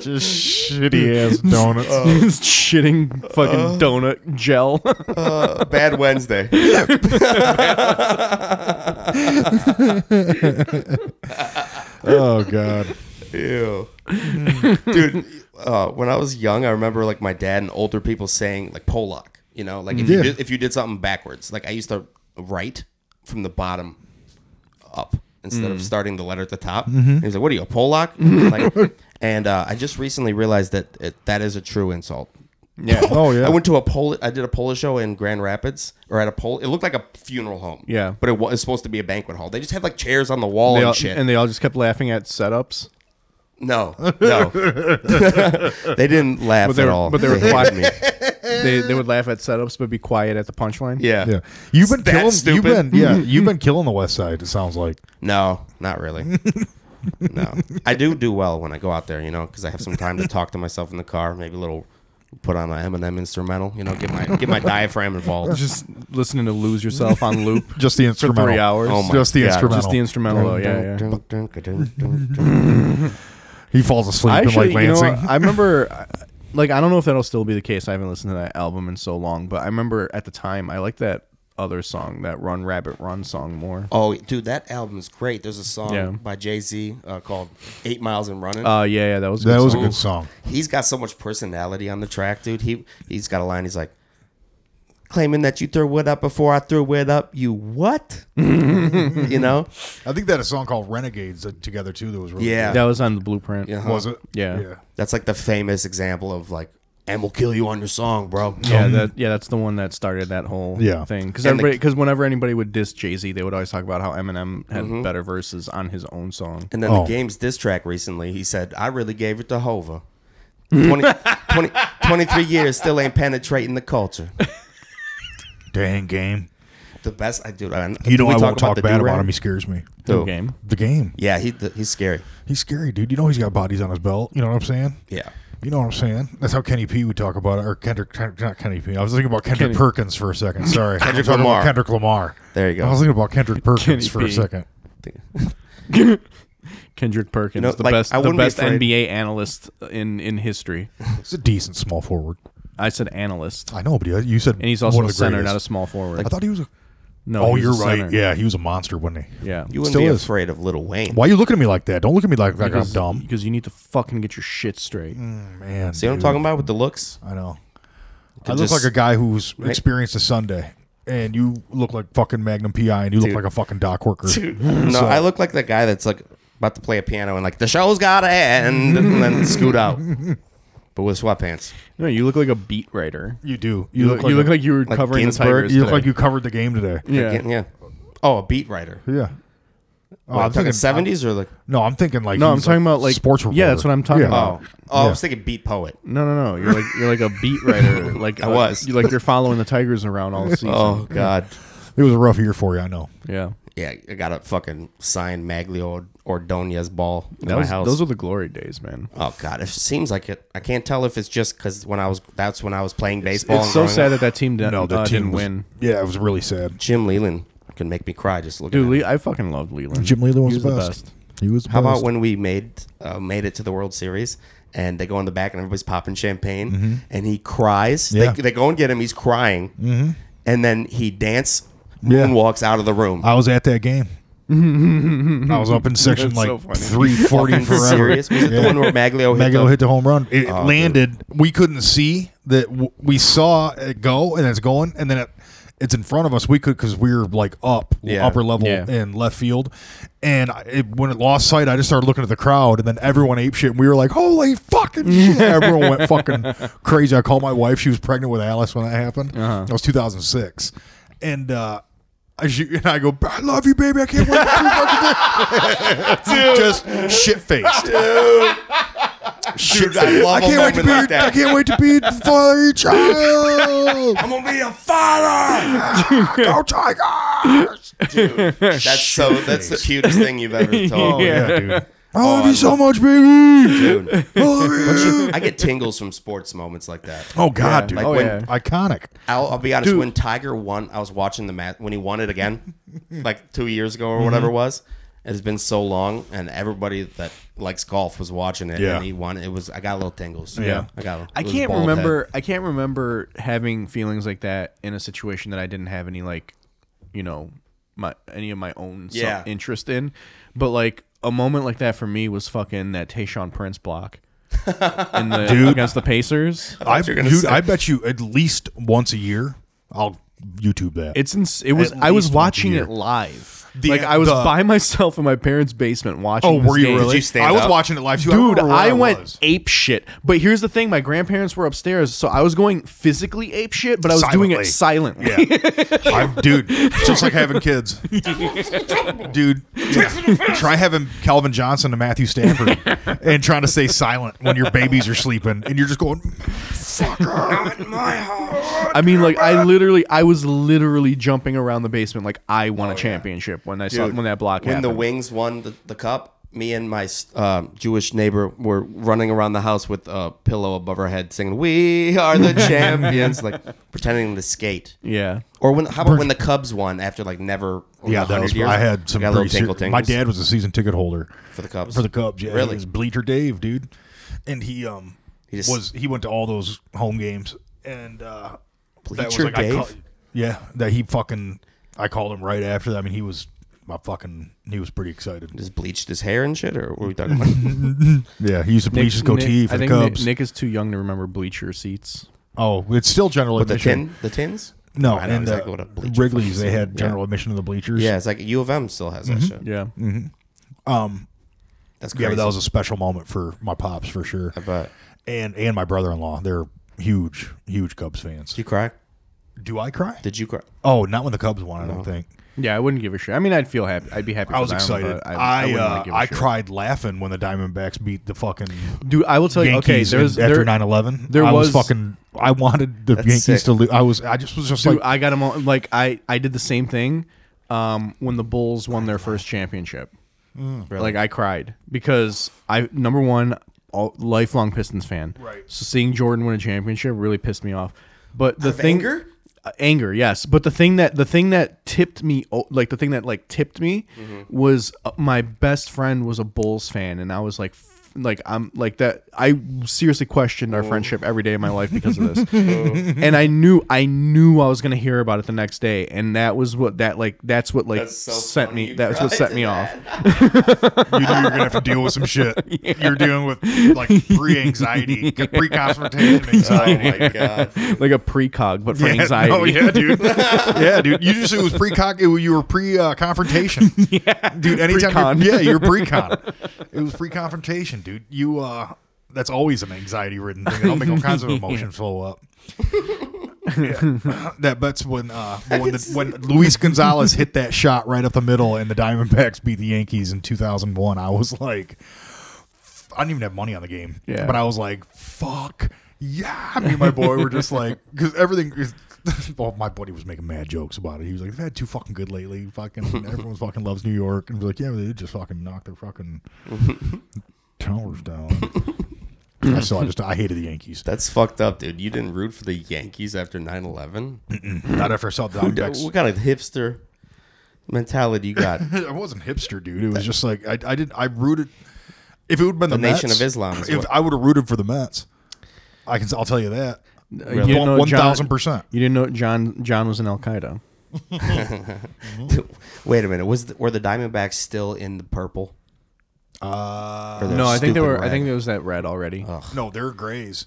just shitty ass donuts.
It's shitting fucking donut gel.
Uh, bad Wednesday.
<laughs> oh god,
Ew.
Mm-hmm.
Dude, uh, when I was young, I remember like my dad and older people saying like Polak, you know, like if,
Yeah.
you, did, if you did something backwards. Like I used to write from the bottom up instead
Mm.
of starting the letter at the top.
Mm-hmm.
He was like, "What are you, a
<laughs>
Polak?" like, and uh, I just recently realized that it, that is a true insult. <laughs>
yeah.
oh yeah.
I went to a Pol. I did a Polish show in Grand Rapids, or at a Pol. It looked like a funeral home.
Yeah.
but it was, supposed to be a banquet hall. They just had like chairs on the wall
They
and
all-
shit.
and they all just kept laughing at setups.
no,
<laughs>
no, they didn't laugh
they
at
were-
all.
but they were
hated
quiet.
me.
<laughs> They, they would laugh at setups but be quiet at the punchline.
Yeah.
yeah, you've been
That
killing. You've
stupid?
been yeah, you've been killing the West Side. It sounds like
No, not
<laughs>
really. no, I do do well when I go out there, you know, because I have some time to talk to myself in the car. Maybe a little, put on my Eminem instrumental, you know, get my get my diaphragm involved.
Just listening to lose yourself on loop
<laughs>
just the
for
instrumental.
three hours.
Oh my
Just the
God.
instrumental.
Just the instrumental, though. Oh, Yeah, yeah.
He falls asleep
I actually,
in
you
like
know,
Lansing.
I remember, like, I don't know if that'll still be the case. I haven't listened to that album in so long, but I remember at the time I liked that other song, that Run Rabbit Run song more.
Oh, dude, that album is great. There's a song
Yeah.
by Jay Z uh, called Eight Miles and Running.
Uh, yeah, yeah, that was a
that
good
was a
song.
good song.
he's got so much personality on the track, dude. He he's got a line. He's like, claiming that you threw it up before I threw it up.
<laughs>
You what? you know?
I think that a song called Renegades that- together too. That was really
Yeah.
That was on the Blueprint.
Yeah.
good. was it?
Yeah.
That's like the famous example of like, and we'll kill you on your song, bro.
Yeah, that yeah, that's the one that started that whole
Um, Yeah.
thing. Because
And the-
everybody, because whenever anybody would diss Jay Z, they would always talk about how Eminem had better verses on his own song.
Mm-hmm. And then
Oh.
the game's diss track recently, he said, I really gave it
<laughs>
to Hova. 20, 20 23 years still ain't penetrating the culture.
Dang game.
The best I do.
You know I won't talk bad about him. He scares me.
The game.
The game.
Yeah, he th- he's scary.
He's scary, dude. You know he's got bodies on his belt. You know what I'm saying?
Yeah.
You know what I'm saying? That's how Kenny P would talk about it, or Kendrick, Kendrick not Kenny P. I was thinking about Kendrick
Kenny.
Perkins for a
<laughs>
second. Sorry, I'm
Kendrick
talking about
Lamar.
Kendrick Lamar.
There you go.
I was thinking about Kendrick Perkins for
P.
a second.
Kendrick Perkins,
know,
the
like,
best,
I
the
wouldn't be
best
afraid-
NBA analyst in in history.
He's a decent small forward.
I said analyst,
I know, but you- you said
and he's also
one
a
of the
center,
greatest.
not a small forward.
I thought he was a.
no,
Oh,
he's a
you're right.
center.
Yeah, he was a monster, wasn't he?
yeah.
You wouldn't
Still
be
is.
afraid of Little Wayne.
Why are you looking at me like that? Don't look at me like, like I'm
because,
dumb, Mm.
because you need to fucking get your shit straight.
man.
See what I'm
dude.
talking about with the looks?
I know. I look
just-
like a guy who's experienced a Sunday, and you look like fucking Magnum PI, and you look like a fucking dock worker.
<laughs> No, I look like that guy that's like about to play a piano and like the show's gotta end and then scoot
<laughs>
out, but with sweatpants.
No, you look like a beat writer.
You do.
You, look, you
a-
look like you were
like
covering
Ginsberg.
the Tigers.
you look
today.
like you covered the game today.
Yeah.
Yeah. yeah. Oh, a beat writer.
Yeah. Oh,
What, I'm talking seventies or like
No, I'm thinking like
No,
he
I'm
was,
talking about, like-
sports.
yeah,
Reporter.
that's what I'm talking about.
oh oh I
Yeah.
was thinking beat poet.
No, no, no. You're like you're like a beat
<laughs>
writer. Like
I
uh,
was.
You, like you're following the Tigers around all season.
<laughs> Oh God.
It was a rough year for you, I know.
yeah.
Yeah, I got a fucking signed Maglio Ordonez ball in
That
my
was,
house.
those were the glory days, man.
Oh God! It seems like it. I can't tell if it's just because when I was that's when I was playing baseball.
It's
and
so
growing
sad
up.
that that team didn't,
No, the
uh,
team
didn't
was-
win.
Yeah, it was really sad.
Jim Leland can make me cry just looking.
Dude,
at him.
Lee, I fucking loved Leland.
Jim Leland was,
He
the, best. He was. The
How about
best.
when we made uh, made it to the World Series and they go in the back and everybody's popping champagne and he cries.
Mm-hmm. Yeah. Mm-hmm.
They, they go and get him. He's crying, and then he dance
Yeah.
moonwalks out of the room.
I was at that
<laughs>
game? I was up in section
That's
like
so funny.
three forty forever.
serious? Was it the
Yeah.
one where Maglio hit?
Maglio
the,
hit the home run. It, it landed. We couldn't see that. W- we saw it go, and it's going, and then it, it's in front of us. We could because we were like up,
Yeah.
upper level
Yeah.
in left field. And I- it, when it lost sight, I just started looking at the crowd, and then everyone ape shit. And we were like, "Holy fucking shit!" everyone went fucking crazy. I called my wife; she was pregnant with Alice when that happened. That was 2006, and. uh I, shoot, <laughs> and I go, I love you, baby. I can't wait. To be your-" Just shit faced shit.
Dude, I love
I can't
a
wait to
moment
be.
like that.
I can't wait to be the father of <laughs> your child.
I'm gonna be a father.
Go Tigers!
That's so. That's the cutest thing you've ever
<laughs>
told.
Yeah, dude. I
Oh,
love
I
you so much, baby. <laughs>
Dude,
I love you.
I get tingles from sports moments like that.
Oh God, dude!
Like
Oh,
when,
yeah.
Iconic.
I'll, I'll be honest. When Tiger won, I was watching the match when he won
<laughs>
it again, like two years ago or
Mm-hmm.
whatever it was. It's been so long, and everybody that likes golf was watching it,
Yeah.
and he won. It was I got little tingles.
Yeah.
I got. it
I
was
can't
bald
remember.
head.
I can't remember having feelings like that in a situation that I didn't have any like, you know, my any of my own so-
Yeah.
interest in. But like a moment like that for me was fucking that Tayshawn
<laughs>
Prince block, in the, against the Pacers.
I,
you were gonna
dude,
say-
I bet you at least once a year I'll YouTube that.
It's ins- it was
At
I was
least once a
watching
year.
it live.
The-
like I was
the-
by myself in my parents' basement watching.
oh,
this
were you
game.
really?
you stand
I was
up?
watching it live too.
Dude,
don't know where
I, went
was.
ape shit. But here's the thing: my grandparents were upstairs, so I was going physically ape shit, but I was doing it
<laughs>
silently.
Yeah. I'm, dude, it's just like having kids. Dude, try having Calvin Johnson and Matthew Stafford and trying to stay silent when your babies are sleeping and you're just going,
<laughs> I mean, like I literally, I was literally jumping around the basement like I
Oh,
won a championship when I saw
Dude,
when that block
when the
happened.
Wings won the, the cup. Me and my um, Jewish neighbor were running around the house with a pillow above our head, singing "We
<laughs>
are the champions," like pretending to skate.
yeah,
Or when how about when the Cubs won after like never over
yeah, that
100
was,
years?
I had some
got a little
pretty ser-
tinkle tingles
My dad was a season ticket holder
for the Cubs
for the Cubs. Yeah,
Really?
he was Bleacher Dave, dude, and he um
He just-
was he went to all those home games and uh
Bleacher
I
Dave?
call- yeah, that he fucking I called him right after that. I mean, he was my fucking he was pretty excited.
just bleached his hair and shit, or what are we talking
<laughs>
about?
Yeah, he used to bleach his goatee
I
for the
think Nick,
Cubs.
Nick is too young to remember bleacher seats.
oh, it's still general
With the
admission.
tin, the tins.
No,
I know
and
exactly
uh,
what a bleacher
Wrigley's
fucking
they
is.
had general admission to the bleachers.
Yeah, it's like U of M still has that shit.
Yeah,
Mm-hmm.
That's crazy.
yeah, but that was a special moment for my pops for sure,
I bet.
and and my brother in law. They're huge, huge Cubs fans.
Did you cry?
Do I cry?
Did you cry?
Oh, not when the Cubs won. I don't think.
yeah. I wouldn't give a shit. I mean, I'd feel happy. I'd be happy.
I
for
was
them,
excited.
but
I I,
wouldn't
uh,
wanna give a
I
shit.
cried laughing when the Diamondbacks beat the fucking
dude. I will tell you. Okay,
Yankees
there's
in- after
there-
9-11.
there
I was,
was-
fucking. I wanted the
That's
Yankees
sick.
to lose. I was. I just was just
Dude,
like.
I got him on. Like I, I did the same thing um, when the Bulls won their first championship.
Mm.
Like I cried because I number one all, lifelong Pistons fan.
Right.
So seeing Jordan win a championship really pissed me off. But the
of
thing,
anger?
Uh, anger, yes. But the thing that the thing that tipped me, o- like
Mm-hmm.
the thing that like tipped me, was uh, my best friend was a Bulls fan, and I was like. f- like I'm like that. I seriously questioned
Oh.
our friendship every day of
<laughs>
my life because of this, and I knew I knew I was gonna hear about it the next day, and that was what that like that's what like
That's so
set
funny
me.
you
That's what
cried
set
to <laughs>
me
that.
off.
You knew you were gonna have to deal with some shit. You're dealing with like pre-anxiety, pre-confrontation
Oh
anxiety. <laughs>
my god.
Like a precog, but for
Yeah, <laughs>
anxiety.
Oh yeah, dude. yeah, dude. You just it was pre con. You were pre uh, confrontation. yeah, dude. Anytime.
Pre-con.
You're, yeah, you're pre con. it was pre confrontation, dude. You. uh That's always an anxiety ridden thing. I'll make all kinds of emotions flow up. Yeah. That that's when uh, when, the, when Luis Gonzalez hit that shot right up the middle and the Diamondbacks beat the Yankees in 2001. I was like, I didn't even have money on the game.
Yeah.
But I was like, fuck. Yeah. Me and my boy were just like, <laughs> because everything is. Well, my buddy was making mad jokes about it. He was like, they've had two fucking good lately. Fucking
<laughs>
everyone fucking loves New York. And we're like, yeah, they just fucking knocked their
<laughs>
fucking towers down. I saw, I just, I hated the Yankees.
That's fucked up, dude. You didn't root for the Yankees after 9-11?
Not after I saw the Diamondbacks.
What kind of hipster mentality
<laughs>
you got?
I wasn't hipster, dude. It was just like, I, I didn't, I rooted. If it would have been the,
The Nation
Mets,
of Islam is
if
what-
I would have rooted for the Mets, I can, I'll tell you that.
You didn't know
One
John-
thousand percent.
You didn't know John John was in Al Qaeda.
Wait a minute. Was the, were the Diamondbacks still in the purple?
Uh,
Or their
No, I think they
stupid
were. I
red? Oh.
think there was that red already.
no, they're grays.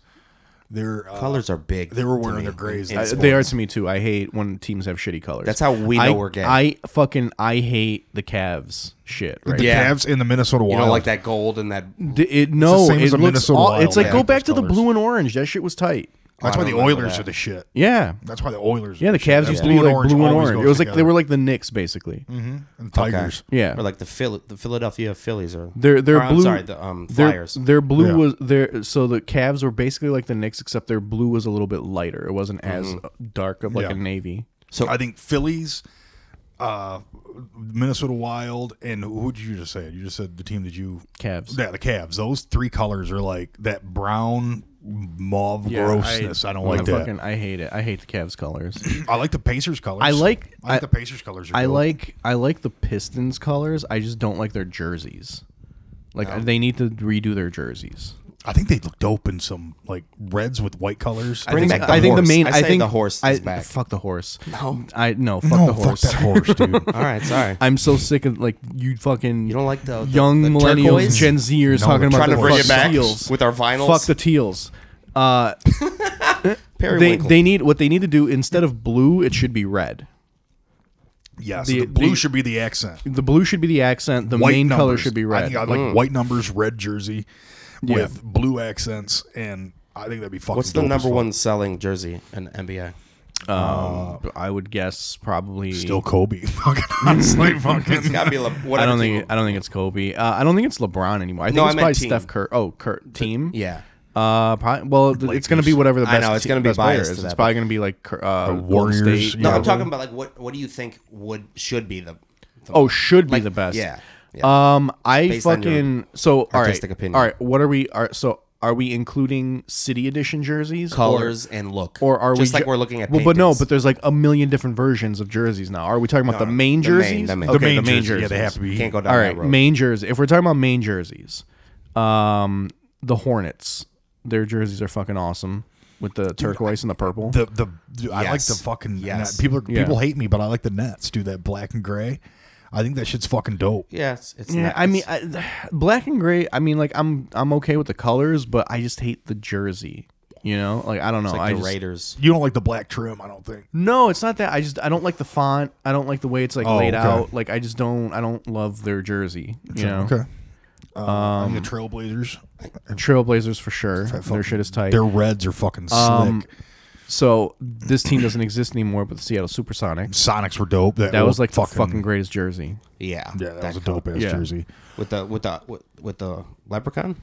They're uh,
colors are big.
They were
to
wearing
me
their grays. Uh,
in
I-
I-
sports.
they are to me too. I hate when teams have shitty colors.
That's how we know
I,
we're gay.
I fucking I hate the Cavs shit. Right?
the
Yeah.
Cavs in the Minnesota
You
Wild.
know, like that gold and that.
D- It, no,
same
it
as the
looks.
Minnesota
all-
Wild
it's like go
Panthers
back to the
colours.
blue and orange. That shit was tight.
That's why
I
the
don't remember
Oilers
that.
are the shit.
Yeah,
That's why the Oilers. Are
yeah. The
shit.
Cavs
That
used to be like blue and
always
orange.
goes
It was like they
together.
were like the Knicks basically.
Mm-hmm.
And Tigers.
Yeah,
Or like the Phil- the Philadelphia Phillies or
Their their
or, I'm
blue.
sorry, the um,
their-
Flyers.
Their, blue
Yeah.
was their so the Cavs were basically like the Knicks except their blue was a little bit lighter. It wasn't as
Mm-hmm.
dark of like
Yeah.
a navy.
So-
I think Phillies, uh, Minnesota Wild, and who did you just say? You just said the team that you.
Cavs.
Yeah, the Cavs. Those three colors are like that brown mauve
Yeah,
grossness. I, don't like that.
Fucking, I hate it. I hate the Cavs colors.
I like the Pacers colors.
I like-
I like
I-
the Pacers colors. Are
I
dope.
like I like the Pistons colors. I just don't like their jerseys. Like they need to redo their jerseys.
I think they look dope in some like reds with white colors.
Bring
I
back
think,
the
I think the
horse.
main.
I
I,
say
think
the horse
I,
is back.
Fuck the horse. No, I no. Fuck
no,
the
fuck
horse.
that horse, dude.
<laughs> All right, sorry.
I'm so sick of like you fucking.
You don't like the- the-
young
the
millennials,
turquoise?
Gen Zers
No,
talking
we're
about
trying
the
to bring
fuck
it back
teals
with our vinyls.
Fuck the teals. Uh, they
Periwinkle.
they need what they need to do instead of blue. It should be red.
Yes,
The-
the, blue
the-
should be the accent.
The blue should be the accent. The
White
main color
numbers.
should be
I
red.
think I like white numbers, red jersey with
Yeah.
blue accents, and I think that'd be fucking.
What's the
dope as
number
fuck.
one selling jersey in
<laughs>
NBA?
Um, I would guess probably.
Still Kobe. <laughs> Fucking honestly, fucking.
It's got to be Le- whatever.
I don't
team-
think I don't think it's Kobe. Uh, I don't think it's LeBron anymore. I think
No,
it's
I meant
probably
team.
Steph Kerr. Oh, Kerr team.
Yeah.
Uh, probably, well, th- it's going to be whatever the
I
best.
know, it's
te-
gonna be
best player
biased
is.
to
It's
that,
probably going to be like Kerr- uh, Golden
Warriors,
State,
No, I'm
probably.
talking about like what what do you think would should be the, the
Oh, should be the best.
Yeah. yeah.
Um, I
based on your
fucking so all right.
artistic opinion.
All right, what are we? Are so are we including city edition jerseys? or-
Colors and look.
Or are we
just like
ju-
we're looking at?
Well, but no,
paintings.
but there's like a million different versions of jerseys now. Are we talking about the main
the main,
jerseys?
the main.
Okay,
The
main
the main
jersey,
jerseys.
Yeah, they have to be.
can't go down
All
that
right,
road.
main jersey. If we're talking about main jerseys, um, the Hornets, their jerseys are fucking awesome with the turquoise and the purple.
The the dude, I like
Yes.
the fucking
Yes.
net. people are,
Yeah.
people hate me, but I like the Nets. Do that black and gray. I think that shit's fucking dope.
yeah, it's, it's
yeah,
not-
I mean,
it's-
I, black and gray. I mean, like I'm I'm okay with the colors, but I just hate the jersey. You know, like I don't know.
like
I
the
just-
Raiders.
You don't like the black trim, I don't think.
no, it's not that. I just I don't like the font. I don't like the way it's like laid
Oh, okay.
out. Like I just don't. I don't love their jersey. You know,
Okay. Um, I think the Trailblazers,
Trailblazers for sure. Their shit is tight.
their reds are fucking slick.
Um, So this team doesn't exist anymore, but the Seattle SuperSonics.
Sonics were dope. That,
That was like
fucking,
the fucking greatest jersey.
Yeah,
yeah. That, was a
color.
dope ass
Yeah. <coughs>
jersey.
with the with the with, with the leprechaun. <laughs>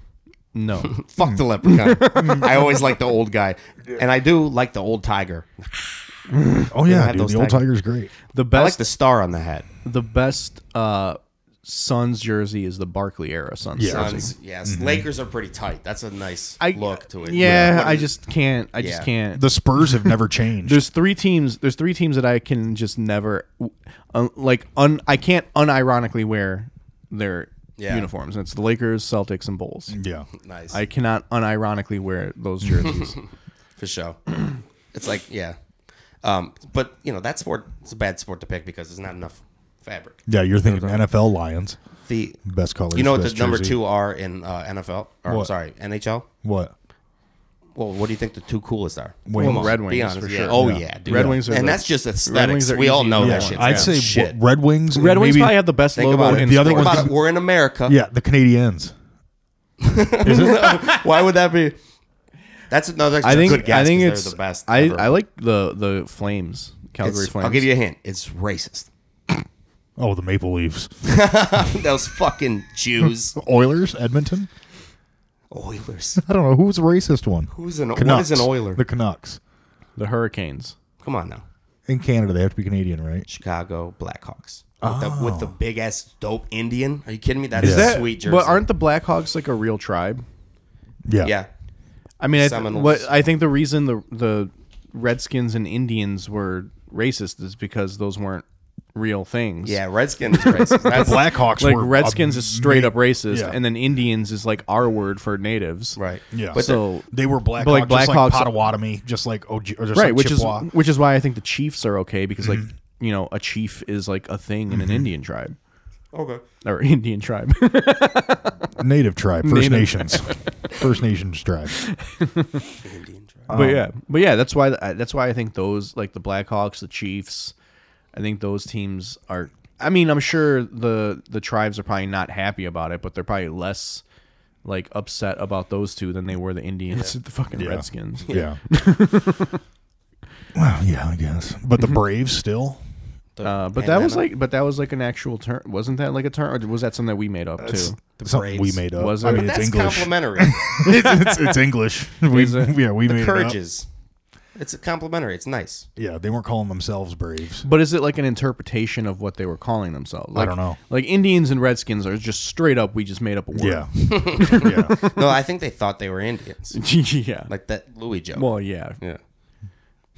No, Hmm.
Fuck the
<laughs>
leprechaun. I always like the old guy, and I do like the old tiger.
Oh
don't
yeah,
have
dude,
those
the old
tag-
tiger's great.
the
I like
best
the star on the hat.
the best uh, Suns jersey is the Barkley era Suns
Yeah.
jersey.
Suns, yes. Lakers are pretty tight. That's a nice
Mm-hmm. I,
look to it.
Yeah,
What
I
is-
just can't. I
Yeah.
just can't.
The Spurs have
<laughs>
never changed.
there's three teams. There's three teams that I can just never, uh, like, un. I can't unironically wear their
Yeah.
uniforms, and it's the Lakers, Celtics, and Bulls.
Yeah.
Nice.
I cannot unironically wear those
<laughs>
jerseys.
for sure. <clears throat> it's like yeah, um, but you know that sport it's a bad sport to pick because there's not enough fabric.
Yeah, you're thinking NFL Lions.
The
Best colors.
you know what the
best
number
jersey.
two are in uh, NFL or I'm
What?
sorry NHL.
What?
Well, what do you think the two coolest are?
Wings.
Come on,
Red
be
Wings,
honest.
for
yeah.
sure.
Oh
Yeah.
yeah, dude.
Red Wings are
and
the-
that's just
Red Wings
aesthetics.
are
We all
easy.
know
Yeah.
Oh, that shit.
I'd say
shit.
w- Red Wings. and
Red Wings
maybe-
probably have the best
Think
logo
about
in
it.
The other
Think
one's
about
gonna-
it. We're in America.
Yeah, the
<laughs>
Canadians.
Why would that be? That's no. That's
I
a
think
good guess
I think
'cause
it's
they're the best.
I,
ever.
I like the the Flames, Calgary
It's-
Flames.
I'll give you a hint. It's racist. <laughs>
Oh, the Maple Leafs.
Those fucking
<laughs>
Jews,
Oilers, Edmonton.
Oilers.
I don't know who's the racist one.
Who's an what
Canucks.
is an Oiler?
The Canucks.
the Hurricanes.
Come on now,
In Canada, they have to be Canadian, right?
Chicago Blackhawks with, the, with the big ass dope Indian. Are you kidding me? That's
Is
a
that-
sweet jersey.
Oh. But aren't the Blackhawks like a real tribe?
Yeah.
yeah?
I mean, I, th-
Seminoles.
what, I think the reason the the Redskins and Indians were racist is because those weren't real things.
Yeah, Redskins are
<laughs>
racist. That's
Blackhawks
like
were
Redskins
a
is straight up racist,
yeah.
and then Indians is like our word for natives.
right.
Yeah.
but the-
So
They were Blackhawks,
But, like,
like
Blackhawks-
just like Potawatomi, just like OG, or just
right,
like
which
Chippewa. Mm-hmm.
is which is why I think the Chiefs are okay because like you know a chief is like a thing in an Indian tribe
okay.
or Indian tribe. <laughs>
Native tribe, First
Native- <laughs>
Nations, First Nations tribe.
Indian tribe.
but uh,
Um,
yeah, but yeah, that's why I- that's why I think those like the Blackhawks, the Chiefs, I think those teams are. I mean, I'm sure the the tribes are probably not happy about it, but they're probably less like upset about those two than they were the Indians and the fucking
Yeah.
Redskins. <laughs>
Yeah. well, yeah, I guess. But the Braves still.
Uh, but
And
that
then,
was
uh,
like, but that was like an actual term, wasn't that like a term, or was that something that we made up too?
something
Braves.
we made up.
Was
I
it?
mean, it's
But
That's
English.
<laughs>
complimentary.
it's, <laughs> it's, it's English. We,
Is it?
yeah, we made it up.
Courages. It's a complimentary. It's nice.
Yeah, they weren't calling themselves Braves.
But is it like an interpretation of what they were calling themselves? Like,
don't know.
Like Indians and Redskins are just straight up. We just made up a word. <laughs>
Yeah. yeah.
No, I think they thought they were Indians,
yeah.
like that Louis joke.
well, yeah.
yeah.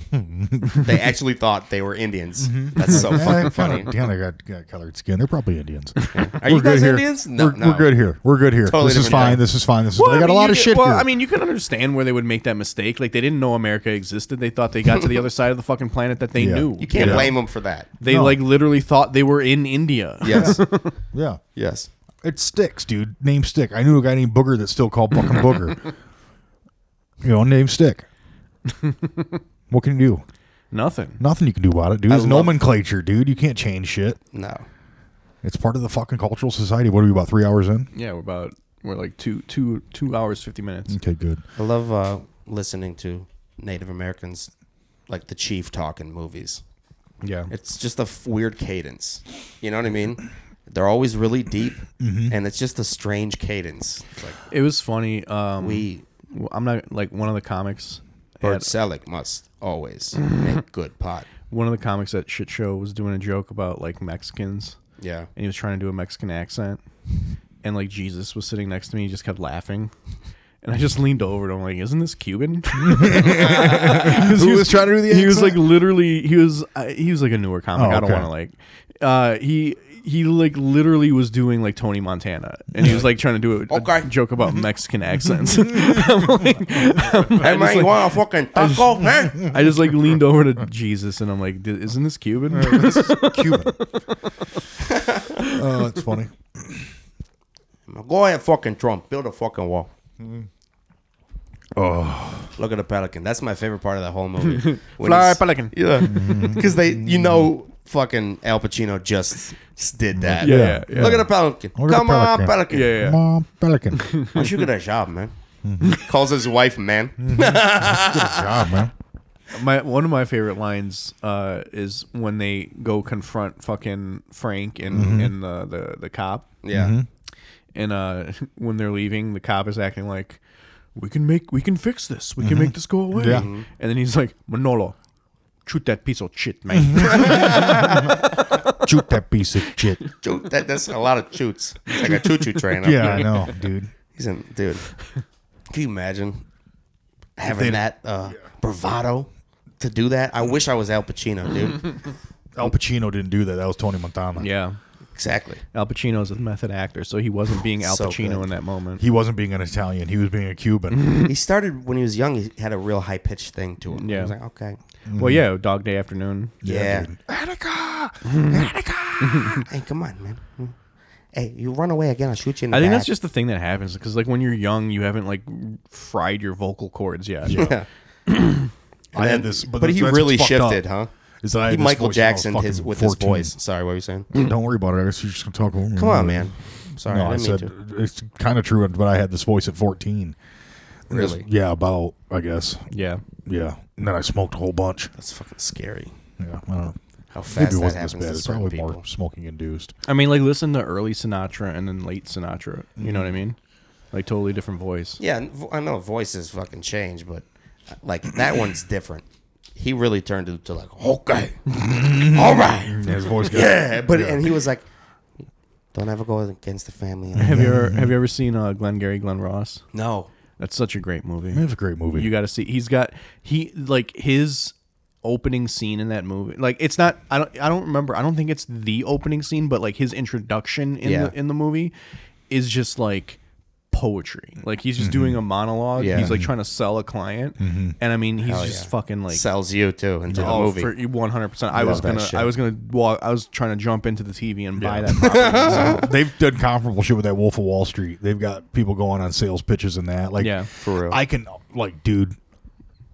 <laughs> they actually thought they were Indians. That's so
Yeah,
fucking
kinda- <laughs>
funny.
yeah, they got, got colored skin. They're probably Indians.
Are you
We're good
guys
here.
Indians? No,
we're,
no.
we're good here. We're good here.
Totally
this is
different
fine.
thing.
This is fine. This is.
Well,
they
I
got
mean,
a lot
you
of
can-
shit
Well,
here.
I mean, you can understand where they would make that mistake. Like they didn't know America existed. They thought they got to the other <laughs> side of the fucking planet that they
Yeah.
knew.
You can't <laughs>
Yeah.
blame them for that.
They
No.
like literally thought they were in India. <laughs>
Yes.
yeah,
yes.
it sticks, dude. Name stick. I knew a guy named Booger that's still called fucking <laughs> Booger. you know, name stick. what can you do?
Nothing.
Nothing you can do about it, dude. It's
love-
nomenclature, dude. You can't change shit.
No.
It's part of the fucking cultural society. What are we about three hours in?
Yeah, we're about we're like two two two hours fifty minutes.
Okay, good.
I love uh, listening to Native Americans, like the chief talk in movies.
Yeah.
It's just a f- weird cadence. You know what I mean? They're always really deep, and it's just a strange cadence. It's like
It was funny. Um,
we
I'm not like one of the comics.
Bert
had-
Selick must always make good pot.
one of the comics at shit show was doing a joke about like Mexicans,
Yeah.
and he was trying to do a Mexican accent, and like Jesus was sitting next to me, he just kept laughing. And I just leaned over and I'm like, "Isn't
<laughs>
this Cuban?" <laughs> 'Cause
Who was trying to do the
He was like
accent?
literally, he was uh, he was like a newer comic.
Oh,
I don't
okay.
want to like, uh, he he like literally was doing like Tony Montana, and he was like trying to do a, a
Okay.
joke about Mexican accents. <laughs> I'm like, I'm-
Hey
I just,
man, you
like-
want a fucking taco? huh?
<laughs> I just like leaned over to Jesus and I'm like, "D- isn't this
Oh,
Cuban?
Cuban. Oh, that's funny.
Go ahead, fucking Trump. Build a fucking wall.
Mm.
Oh, look at the pelican. That's my favorite part of that whole
<laughs>
movie. When
Fly
he's-
pelican. Mm.
Yeah,
<laughs>
<laughs> because they, you know, fucking Al Pacino just s- did that.
Mm-hmm. Yeah, yeah, yeah.
Look at the pelican.
Look at
Come
the
on,
pelican.
pelican.
<laughs> Yeah, Mm-hmm. yeah.
Mom, Pelican. Good
Why don't you get a job, man? <laughs> Calls his wife,
Mm-hmm.
man.
job, man.
My one of my favorite lines uh, is when they go confront fucking Frank and
Mm-hmm.
and the, the the cop,
Yeah.
and uh, <laughs> when they're leaving, the cop is acting like, "We can make, we can fix this, we
Mm-hmm.
can make this go away," Mm-hmm.
Yeah.
and then he's like, "Manolo, shoot that piece of shit,
Mm-hmm.
man."
Shoot that piece of shit.
Choo- that, that's a lot of choots. It's like a
<laughs>
choo-choo train. up
Yeah, I
there.
know, <laughs> dude.
He's in, dude. Can you imagine having that uh, bravado to do that? I wish I was Al Pacino, dude.
Al Pacino didn't do that. That was Tony Montana.
<laughs> yeah,
<clears throat>
Exactly.
Al Pacino's a method actor, so he
<laughs>
wasn't being Al
So
Pacino
good.
in that moment.
He wasn't being an Italian. He was being a Cuban.
He started when he was young. He had a real high pitched thing to him.
Yeah.
I was like, okay,
Well,
mm-hmm.
yeah, Dog Day Afternoon.
<laughs> yeah. Mm-hmm.
dude. Attica! <clears throat> Attica!
Hey, come on, man. Mm. Hey, you run away again. I'll shoot you in the
I think
back.
that's just the thing that happens because, like, when you're young, you haven't like fried your vocal cords yet.
<laughs> Yeah.
I had this, but,
But,
that's-
he
that's
really
what's fucked
shifted,
up,
huh?
Is that I
He
had this
Michael
voice when I was
Jackson
fucking
his with his
14.
voice. Sorry, what were you saying?
Don't worry about it. I guess you're just gonna talk over me.
Come on, man.
Mm.
Sorry,
No,
I
I
didn't mean
said
to.
it's kind of true, but I had this voice at 14. And it's-
Really?
Yeah, about I guess.
Yeah.
Yeah, and then I smoked a whole bunch.
That's fucking scary.
Yeah, I don't know.
How
Maybe
fast
it
that
wasn't as
happens
bad.
to
It's
certain
probably
people.
more smoking induced.
I mean, like, listen to early Sinatra and then late Sinatra. You know what I mean? Like, totally different voice.
Yeah, and vo- I know voices fucking change, but uh, like that one's different. He really turned into like okay, all right,
Yeah, his
<laughs>
voice got
yeah. But and he was like, "Don't ever go against
<laughs>
the family." Like,
Have you ever Have you ever seen uh, Glenn Gary Glenn Ross?
no,
That's such a great movie.
It was a great movie.
You got to see. He's got he like his opening scene in that movie. Like it's not. I don't. I don't remember. I don't think it's the opening scene, but like his introduction in
Yeah.
the in the movie is just like poetry. Like he's just doing a monologue.
Mm-hmm. Yeah. Mm-hmm.
He's like trying to sell a client, and I mean he's just fucking like.
sells you too into the
Oh,
movie.
for one hundred percent. I was
that
gonna,
shit.
I was gonna walk. I was trying to jump into the TV and buy that.
<laughs>
<laughs>
Property, so-
They've done comparable shit with that Wolf of Wall Street. They've got people going on sales pitches and that. Like,
Yeah,
for real.
I can, like, dude,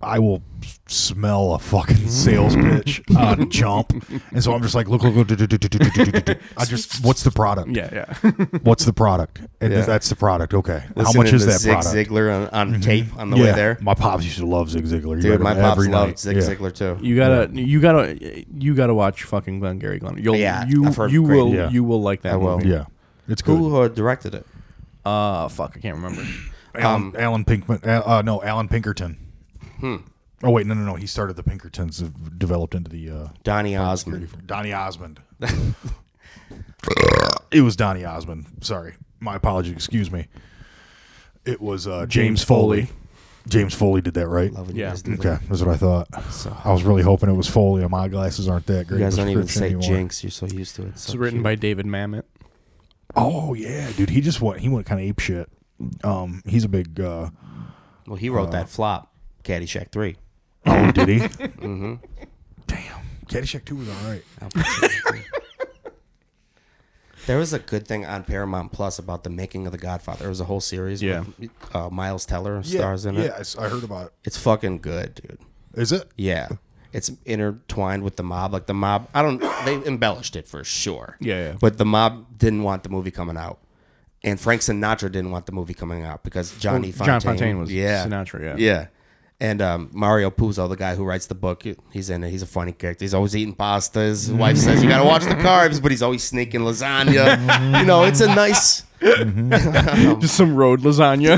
I will s- smell a fucking
<laughs>
sales pitch on jump, and so I'm just like, look, look, look, do, do, do, do, do, do, do, do. I just, what's the product?
yeah, yeah.
What's the product? And
Yeah.
that's the product. Okay, how
Listening
much is
to
that
Zig
product? Mm-hmm.
Ziglar on, on tape on the way there,
My pops used to love Zig Ziglar. You
dude.
read
My
him
pops
every
loved
night.
Zig
Yeah.
Ziglar too.
<laughs> You gotta, you gotta, you gotta watch fucking Glenn Gary Glenn. You'll,
Yeah,
you,
I've heard
you
great-
will,
Yeah.
you will like that
I will.
movie.
Yeah, it's good.
Who uh, directed it?
Uh, fuck, I can't remember.
Alan, Alan Pinkman. Uh, uh, no, Alan Pinkerton. Oh wait, no, no, no. He started the Pinkertons. uh, Developed into the uh,
Donny Osmond.
Donny Osmond. it was Donny Osmond. Sorry, my apologies. Excuse me. It was uh, James, Foley.
Foley.
James Foley did that, right?
Love when
Yeah.
you guys do
Okay,
that.
that's what I thought. I was really hoping it was Foley. and My glasses aren't that great.
You guys don't even say
prescription anymore.
Jinx. You're so used to it. It's
It's written by David Mamet.
Oh yeah, dude. He just went. He went kind of ape shit. Um, he's a big. Uh,
Well, he wrote that flop, Caddyshack three.
Oh, did <laughs> he? mm-hmm. Damn. Caddyshack 2 was all right.
There was a good thing on Paramount Plus about the making of The Godfather. There was a whole series.
Yeah.
with, uh, Miles Teller stars in
yeah,
it.
I s- I heard about
It's fucking good, dude.
it. Is it?
Yeah. It's intertwined with the mob. Like the mob, I don't. They embellished it for sure.
Yeah, yeah.
But the mob didn't want the movie coming out, and Frank Sinatra didn't want the movie coming out because Johnny
Well,
Fontaine,
John Fontaine was
yeah
Sinatra, yeah.
yeah. And um, Mario Puzo, the guy who writes the book, he- he's in it. He's a funny character. He's always eating pasta. His
Mm-hmm.
wife says you gotta watch the carbs, but he's always sneaking
Mm-hmm.
lasagna. you know, it's a nice.
<laughs> Just some
<laughs>
road lasagna.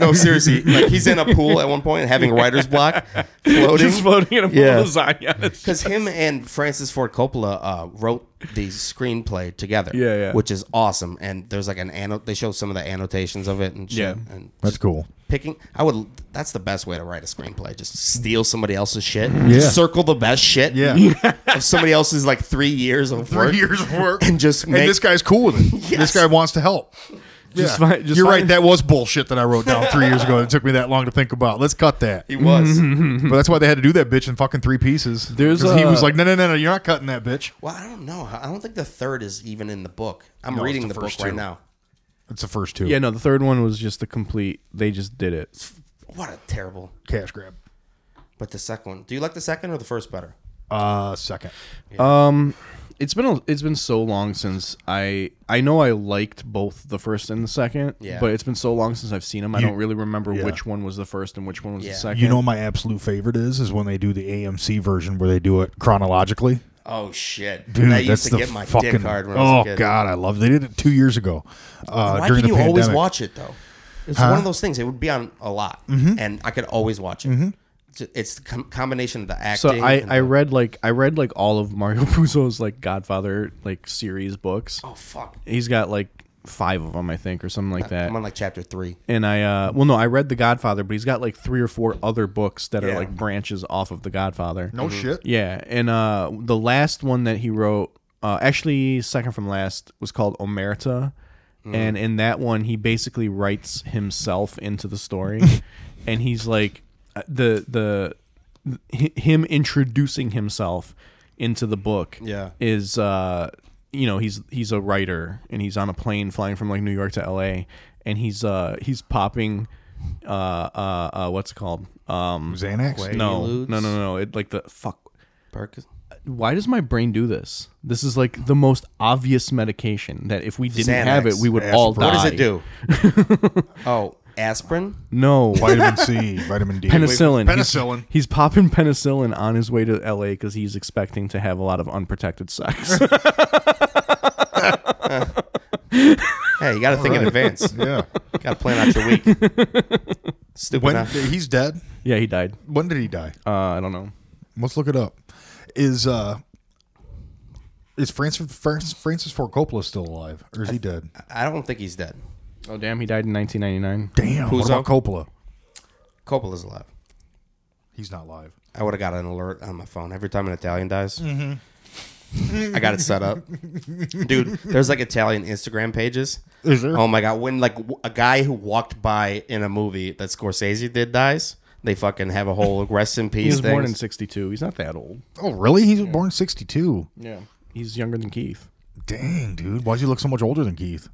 No, seriously, like he's in a pool at one point, having writer's block, floating.
<laughs> Just floating in a pool
Yeah.
of lasagna. <laughs>
Because him and Francis Ford Coppola uh, wrote the screenplay together.
Yeah, yeah.
Which is awesome. And there's like an anno- they show some of the annotations of it and shit.
Yeah.
And
That's cool.
picking i would that's the best way to write a screenplay just steal somebody else's shit
Yeah.
circle the best shit
Yeah.
<laughs> of somebody else's like three years of work
of work.
<laughs> and just make
and this guy's cool with it.
<laughs> Yes.
This guy wants to help.
Just
yeah.
fi- just
You're
fi-
right. That was bullshit that I wrote down three years ago. It took me that long to think about. Let's cut that.
he was
But that's why they had to do that bitch in fucking three pieces.
Mm-hmm. There's
'Cause he
a-
was like, no, no, no, no. You're not cutting that bitch.
well i don't know i don't think the third is even in the book i'm
No, it's
reading
the
the, book
first two.
right now
It's the first two.
yeah, no, the third one was just the complete. They just did it.
what a terrible
Cash grab.
but the second one do you like the second or the first better
Uh, second.
It's been a, it's been so long since I I know I liked both the first and the second.
Yeah.
But it's been so long since I've seen them. I don't really remember
yeah.
which one was the first and which one was
Yeah.
the second.
You know, what my absolute favorite is is when they do the AMC version where they do it chronologically.
oh shit
Dude,
And i used
that's
to
the
get my
fucking.
dick hard when
oh
i was a kid
God, I love. They did it two years ago. Uh,
why
during
can
the
you
pandemic.
always watch it though it's one of those things it would be on a lot
Mm-hmm.
and i could always watch it It's- it's the com- combination of the
So
acting
I,
and
I
the-
read like I read like all of Mario <laughs> Puzo's like Godfather like series books.
Oh fuck!
He's got like five of them, I think, or something like that.
I'm Uh, on like chapter three.
And I uh well no, I read The Godfather, but he's got like three or four other books that are
Yeah. Mm-hmm.
like branches off of The Godfather.
No shit.
Yeah, and uh the last one that he wrote uh, actually second from last was called Omerta, and in that one he basically writes himself into the story, and he's like uh, the the hi- him introducing himself into the book
Yeah.
is uh you know he's he's a writer and he's on a plane flying from like New York to L.A. and he's uh he's popping uh uh, uh what's it called um
Xanax.
no no
Quaaludes?
no no it like the fuck
Perkins.
why does my brain do this? This is like the most obvious medication that if we didn't
Xanax.
have it, we would all die.
What does it do?
<laughs>
oh, aspirin.
No, <laughs>
Vitamin
<laughs>
C, vitamin D.
penicillin. He's-
Penicillin.
He's, popping penicillin on his way to L.A. because he's expecting to have a lot of unprotected
<laughs>
sex.
Hey, you got to think in
<laughs>
advance. <laughs>
yeah.
Got to plan out your week. Stupid.
When
enough.
he's dead.
yeah, he died.
When did he die?
Uh, I don't know.
Let's look it up. Is uh is Francis Francis, Francis Ford Coppola still alive or is he dead?
I don't think he's dead.
Oh damn, he died in 1999.
Damn.
Who's
Who's what about
up?
Coppola?
Coppola's alive.
He's not live.
I would have got an alert on my phone every time an Italian dies. I got it set up, dude. There's like Italian Instagram pages.
Is there?
Oh my god! When like w- a guy who walked by in a movie that Scorsese did dies, they fucking have a
<laughs>
whole rest in
He
peace.
was
thing.
born in 62. He's not that old.
Oh really? He was born sixty two.
Yeah, he's younger than Keith.
Dang, dude. Why'd you look so much older than Keith?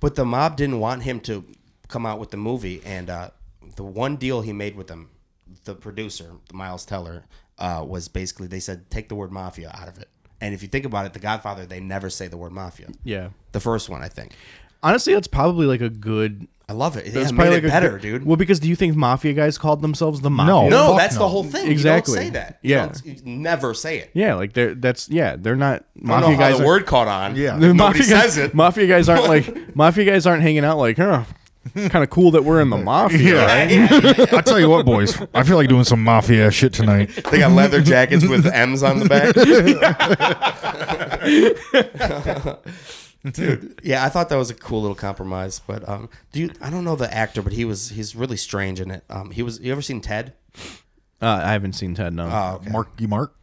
But the mob didn't want him to come out with the movie, and uh, the one deal he made with them, the producer, Miles Teller, uh, was basically they said take the word mafia out of it. And if you think about it, The Godfather, they never say the word mafia.
Yeah.
The first one, I think.
Honestly, that's probably like a good
I love it. It
That's
yeah, made it
a
better,
good-
dude.
Well, because do you think mafia guys called themselves the mafia?
No.
no,
fuck
that's
no.
the whole thing.
Exactly.
You don't say that.
Yeah.
You, don't- you never say it.
Yeah, like they're that's yeah, they're not
I
mafia
don't know how
guys.
the
aren't-
word caught on.
Yeah.
the
Nobody
guys,
says it.
Mafia guys
<laughs>
aren't like mafia guys aren't hanging out like, huh? Kind of cool that we're in the mafia.
Uh,
<laughs>
right?
I tell you what, boys. I feel like doing some mafia shit tonight.
They got leather jackets
<laughs>
with M's on the back. Dude, yeah, I thought that was a cool little compromise. But um, do you? I don't know the actor, but he was he's really strange in it. Um, he was. You ever seen Ted?
Uh, I haven't seen Ted. No,
Uh,
Marky Mark.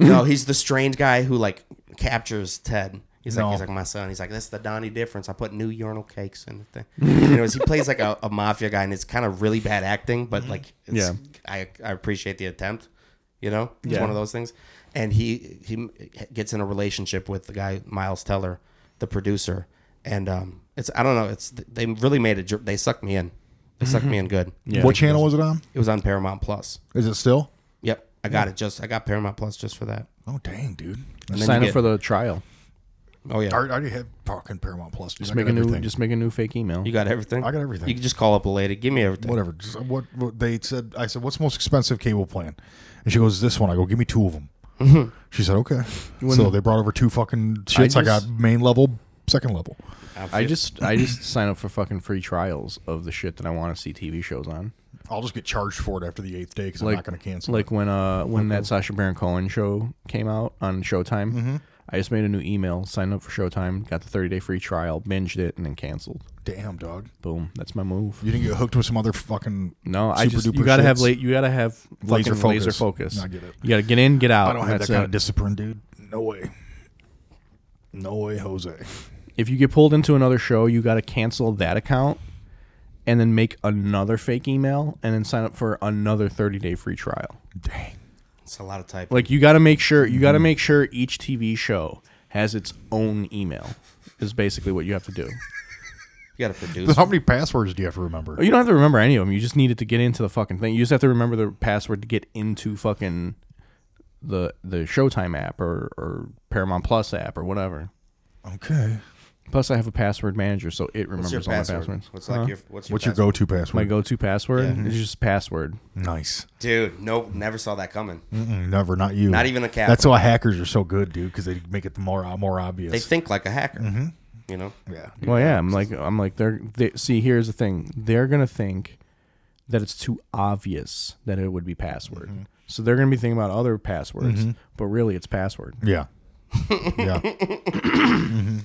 No, he's the strange guy who like captures Ted. He's like
No.
he's like my son. He's like that's the Donnie difference. I put new urinal cakes in the thing. Anyways, he plays like a, a mafia guy, and it's kind of really bad acting, but like it's,
Yeah.
I I appreciate the attempt. You know, it's
Yeah.
one of those things. And he he gets in a relationship with the guy Miles Teller, the producer, and um, it's I don't know. It's they really made it. They sucked me in. They sucked me in good.
Mm-hmm. Yeah.
what channel was it on?
It was on Paramount Plus.
Is it still?
Yep, I got it. Just I got Paramount Plus just for that.
Oh dang, dude.
And then
sign
you
up for the trial.
Oh yeah.
I already have fucking Paramount Plus. Just
Just make a new, just make a new fake email.
You got everything.
I got everything.
You can just call up a lady. Give me everything.
whatever. Just uh, what, what they said. I said, "What's the most expensive cable plan?" And she goes, "This one." I go, "Give me two of them."
Mm-hmm.
She said, "Okay." so they brought over two fucking shits. I,
I
got
just-
main level, second level.
I just, I just <laughs> sign up for fucking free trials of the shit that I want to see TV shows on.
I'll just get charged for it after the eighth day because I'm not going to cancel.
Like when uh when that Sasha Baron Cohen show came out on Showtime,
Mm-hmm.
I just made a new email, signed up for Showtime, got the 30 day free trial, binged it, and then canceled.
Damn, dog!
Boom, that's my move.
You didn't get hooked with some other fucking.
No, I
super
just you
duper
gotta have
shits?
late. You gotta have
Laser
laser focus. laser
focus.
focus.
I get it.
You gotta get in, get out.
I don't have that
that's
kind
it.
of discipline, dude. No way. No way, Jose.
if you get pulled into another show, you gotta cancel that account, and then make another fake email, and then sign up for another thirty day free trial.
Dang.
It's a lot of type.
Like you got to make sure you
Mm-hmm.
got to make sure each TV show has its own email. Is basically what you have to do.
you got to produce.
How many passwords do you have to remember?
Oh, You don't have to remember any of them. You just needed to get into the fucking thing. You just have to remember the password to get into fucking the the Showtime app or or Paramount Plus app or whatever.
Okay.
Plus, I have a password manager, so it
What's
remembers
your
all my
password?
passwords.
What's like
Uh-huh.
your what's your,
What's your
password?
go-to password?
My go-to password is just password.
nice.
dude? Nope, never saw that coming.
Mm, Never, not you.
Not even a capital.
That's why hackers are so good, dude, because they make it more more obvious.
They think like a hacker.
Mm-hmm.
You know.
yeah.
Well, yeah, I'm like, I'm like, they're they, see. Here's the thing: they're gonna think that it's too obvious that it would be password,
Mm-hmm.
so they're gonna be thinking about other passwords, but really it's password.
Yeah. yeah.
<laughs>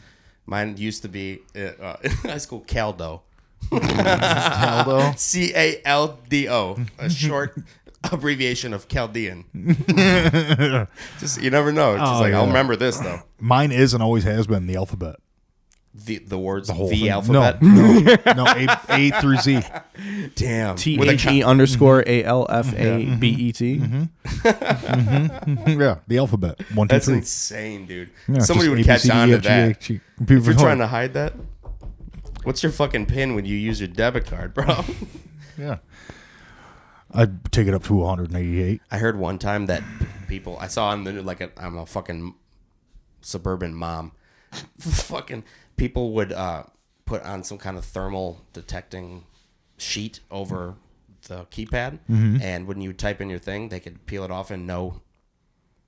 Mine used to be uh, uh, <laughs> in high school Caldo.
Aldo. Mm-hmm.
C A L D O, a short <laughs> abbreviation
<laughs>
of Chaldean. just you never know. It's just like I'll
Oh, yeah.
remember this though.
Mine is and always has been the alphabet.
The the words the,
Whole thing.
alphabet.
No, no, no A, A through
<laughs>
Z.
Damn.
T
With a
H E underscore
Mm-hmm.
A L F A B E T.
Yeah, the alphabet. One, two,
That's
three.
insane, dude.
Yeah,
Somebody
just
would
A, B,
catch
C, D,
on to
E, F, G,
that.
H, I, J.
If
People-
you're trying to hide that, what's your fucking pin when you use your debit card, bro?
Yeah. I'd take it up to 188.
<laughs> I heard one time that people I saw on the like a, I'm a fucking suburban mom. <laughs> fucking people would uh, put on some kind of thermal detecting sheet over the keypad,
Mm-hmm.
and when you type in your thing, they could peel it off and know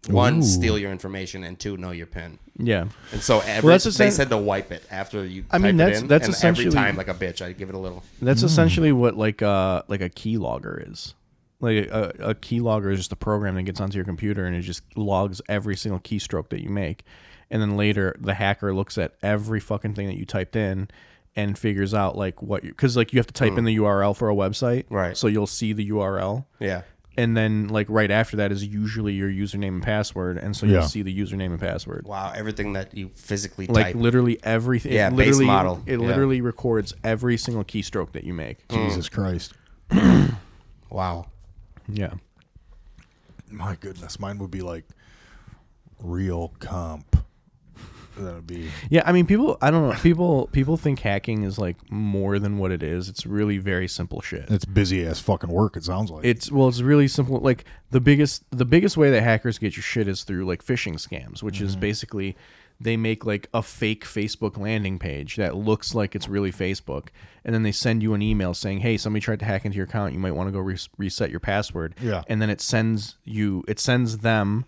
one steal your information and two know your pin.
Yeah.
And so every,
that's the
they
same-
said to wipe it after you.
I mean,
type it
that's-
in,
that's
and
essentially-
every time like a bitch. I give it a little.
That's essentially what like uh like a keylogger is. Like a, a keylogger is just a program that gets onto your computer and it just logs every single keystroke that you make, and then later the hacker looks at every fucking thing that you typed in and figures out like what because like you have to type in the URL for a website,
Mm. Right.
So you'll see the URL,
Yeah.
and then like right after that is usually your username and password, and so
Yeah.
you'll see the username and password
Wow. Everything that you physically
like
type.
literally everything.
Yeah,
it
base
literally,
model.
It
Yeah. Mm.
literally records every single keystroke that you make.
Jesus Christ.
wow.
Yeah.
My goodness. Mine would be like real comp. That would be.
Yeah, I mean, people. I don't know. People. People think hacking is like more than what it is. It's really very simple shit.
That's busy ass fucking work, it sounds like.
It's well, it's really simple. Like the biggest, the biggest way that hackers get your shit is through like phishing scams, which is basically they make like a fake Facebook landing page that looks like it's really Facebook, and then they send you an email saying, "Hey, somebody tried to hack into your account. You might want to go res reset your password."
Yeah.
and then it sends you, it sends them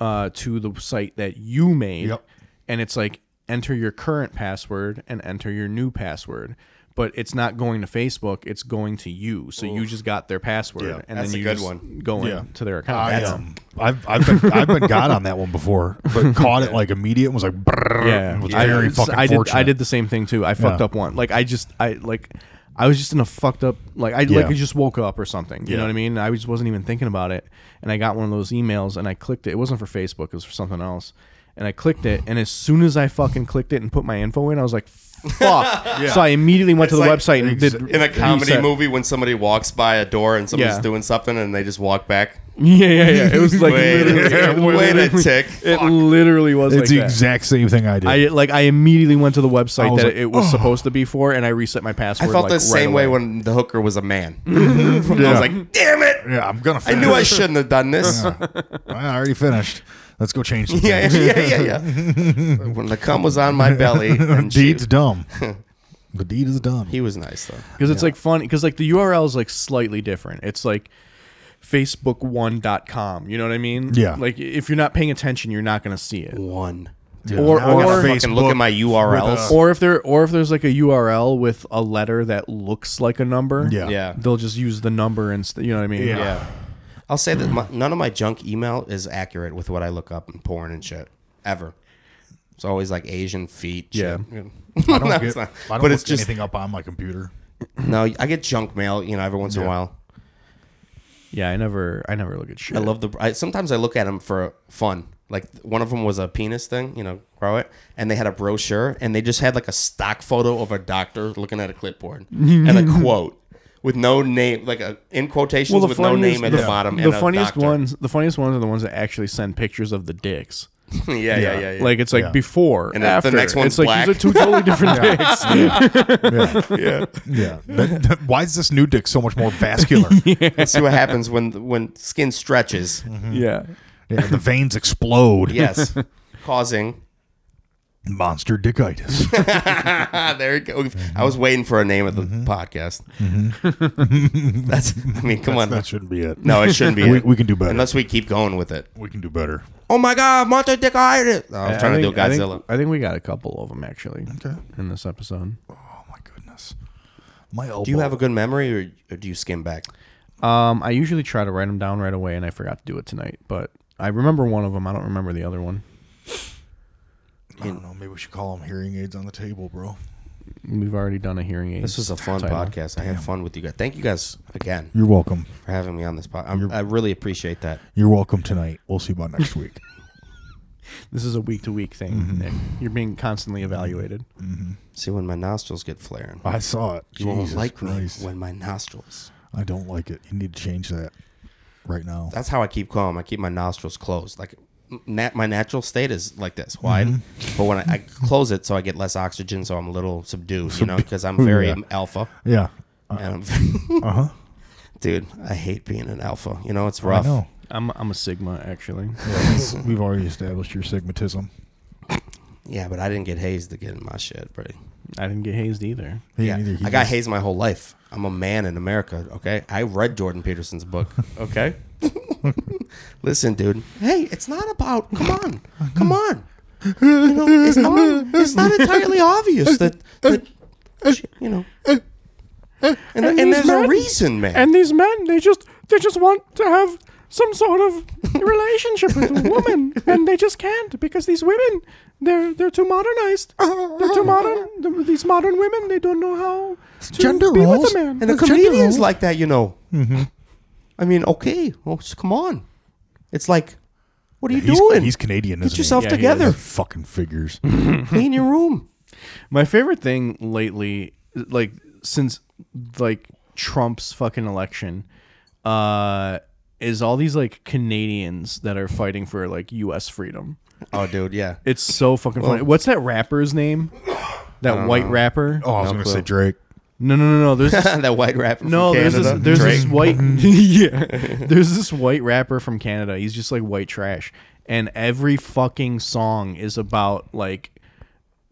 uh, to the site that you made,
Yep.
and it's like enter your current password and enter your new password. But it's not going to Facebook; it's going to you. So you just got their password,
Yeah.
and
That's
then
a
you
good
just
one.
go
Yeah.
into their account.
I, um, I've, I've, been, I've been got on that one before,
<laughs>
but caught it like immediate and was like, brrr,
yeah,
and was
I,
very
it's-
fucking
I did.
fortunate.
I did the same thing too. I fucked
Yeah.
up one. Like I just, I like, I was just in a fucked up. Like I
Yeah.
like I just woke up or something. You
Yeah.
know what I mean? I just wasn't even thinking about it, and I got one of those emails, and I clicked it. It wasn't for Facebook. It was for something else. And I clicked it, and as soon as I fucking clicked it and put my info in, I was like, "Fuck!"
<laughs>
So I immediately went to
It's
the
like-
website and did
in a comedy
reset.
movie when somebody walks by a door and somebody's
Yeah.
doing something and they just walk back.
<laughs> Yeah, yeah, yeah. It was like
Wait, a-
literally,
<laughs>
it
wait a
literally-
tick.
It literally was
It's
like
the
that.
exact same thing I did.
I like I immediately went to the website
was
that
like,
it was supposed to be for, and I reset my
I
password.
felt
like,
the
right
same way
away.
when the hooker was a
<laughs>
man. I was like, damn it!
yeah, I'm going to
I knew I shouldn't have done this.
Yeah. I already finished. Let's go
<laughs>
change some
<laughs> Yeah,
things.
yeah, yeah, yeah. when the cum was on my
<laughs>
belly,
<laughs>
and she,
Deed's dumb. the deed is dumb.
he was nice though.
because it's like fun because like the URL is like slightly different. It's like facebook1.com. You know what I mean?
Yeah.
Like if you're not paying attention, you're not gonna see it.
One.
Or
Now I
or
gotta
fucking look at my
with
URLs.
or if there or if there's like a URL with a letter that looks like a number.
Yeah.
yeah.
They'll just use the number and st- you know what I mean?
Yeah.
Yeah. I'll say that my, none of my junk email is accurate with what I look up in porn and shit ever. It's always like Asian feet.
Yeah.
shit.
I
<laughs>
don't
No,
get,
it's not.
I don't
but it's
look
just
anything up on my computer.
no. I get junk mail, you know, every once in a
Yeah.
while.
Yeah. I never I never look at shit.
I love the. I, sometimes I look at them for fun. Like one of them was a penis thing, you know, grow it, and they had a brochure, and they just had like a stock photo of a doctor looking at a clipboard and
<laughs>
a quote with no name, like a in quotations with no name at the, bottom.
The
and a
funniest
doctor.
ones, the funniest ones are the ones that actually send pictures of the dicks.
<laughs> yeah, yeah, yeah, yeah.
Like it's like
Yeah.
before
And
and
the- the
after.
next one's
it's like
black.
these are
<laughs>
two totally different dicks.
Yeah. <laughs> That- that- why is this new dick so much more
<laughs>
vascular?
Let's see what happens when when skin stretches.
Mm-hmm.
Mm-hmm. yeah.
Yeah, the veins explode. <laughs>
Yes, causing.
Monster dickitis.
<laughs> Ah, there you go.
Mm-hmm.
I was waiting for a name of the podcast. That's. I mean, come on.
that shouldn't be it.
no, it shouldn't be.
Mm-hmm. We-
it.
we can do better.
unless we keep going with it.
We can do better.
Oh my God, Monster Dick Iris. Oh, I was trying to do
I
Godzilla.
think, I think we got a couple of them actually
Okay.
in this episode.
Oh my goodness. My elbow.
do you have a good memory, or, or do you skim back?
Um, I usually try to write them down right away, and I forgot to do it tonight. But I remember one of them. I don't remember the other one.
I don't know. Maybe we should call them hearing aids on the table, bro.
We've already done a hearing aid.
This was a fun
title.
podcast. I had fun with you guys. Thank you guys again
You're welcome.
for having me on this podcast. I really appreciate that.
You're welcome tonight. We'll see you about next week.
This is a week to week thing.
Mm-hmm.
Nick. You're being constantly evaluated.
See when my nostrils get flaring.
<laughs> I saw it.
You won't
Jesus
like
Christ.
me when my nostrils.
I don't like it. You need to change that right now.
That's how I keep calm. I keep my nostrils closed. Like nat- my natural state is like this, wide.
Mm-hmm.
But when I, I close it, so I get less oxygen, so I'm a little subdued, you know, because I'm very
Yeah.
alpha.
Yeah.
And I'm,
Uh huh.
<laughs> dude, I hate being an alpha. You know, it's rough.
Oh, I
<laughs>
know.
I'm I'm a sigma actually.
We've already established your sigmatism.
Yeah, but I didn't get hazed to get in my shit, buddy.
I didn't get hazed either.
He
yeah,
neither- he
I got
just-
hazed my whole life. I'm a man in America. Okay, I read Jordan Peterson's book.
<laughs>
Okay, listen, dude. Hey, it's not <laughs> about. Come on, come <laughs> on. You know, it's not. It's not entirely obvious that that you know. And, and,
these
there's a
men-
reason, man.
And these men, they just they just want to have some sort of relationship with <laughs> a woman, and they just can't because these women, they're they're too modernized. They're too modern. The- These modern women, they don't know how to
Gender
be
roles
with a man.
And the
That's gender
comedians
roles.
like that, you know. I mean, okay, well, s- come on. It's like, what are you
He's,
doing?
he's Canadian,
Get
isn't
yourself
he?
Yeah, he
<laughs> together.
Fucking <laughs> figures.
Clean your room.
My favorite thing lately, like since like Trump's fucking election, uh, is all these like Canadians that are fighting for like U.S. freedom.
Oh, dude, <laughs> yeah.
It's so fucking funny. What's that rapper's name? That white rapper?
Oh, I was
No
gonna
clue.
say Drake.
No, no, no, no.
<laughs>
There's this,
that white rapper. From
no, there's
Canada.
this, there's
Drake. Mm-hmm.
this white, <laughs>
<laughs>
yeah, there's this white rapper from Canada. He's just like white trash, and every fucking song is about like,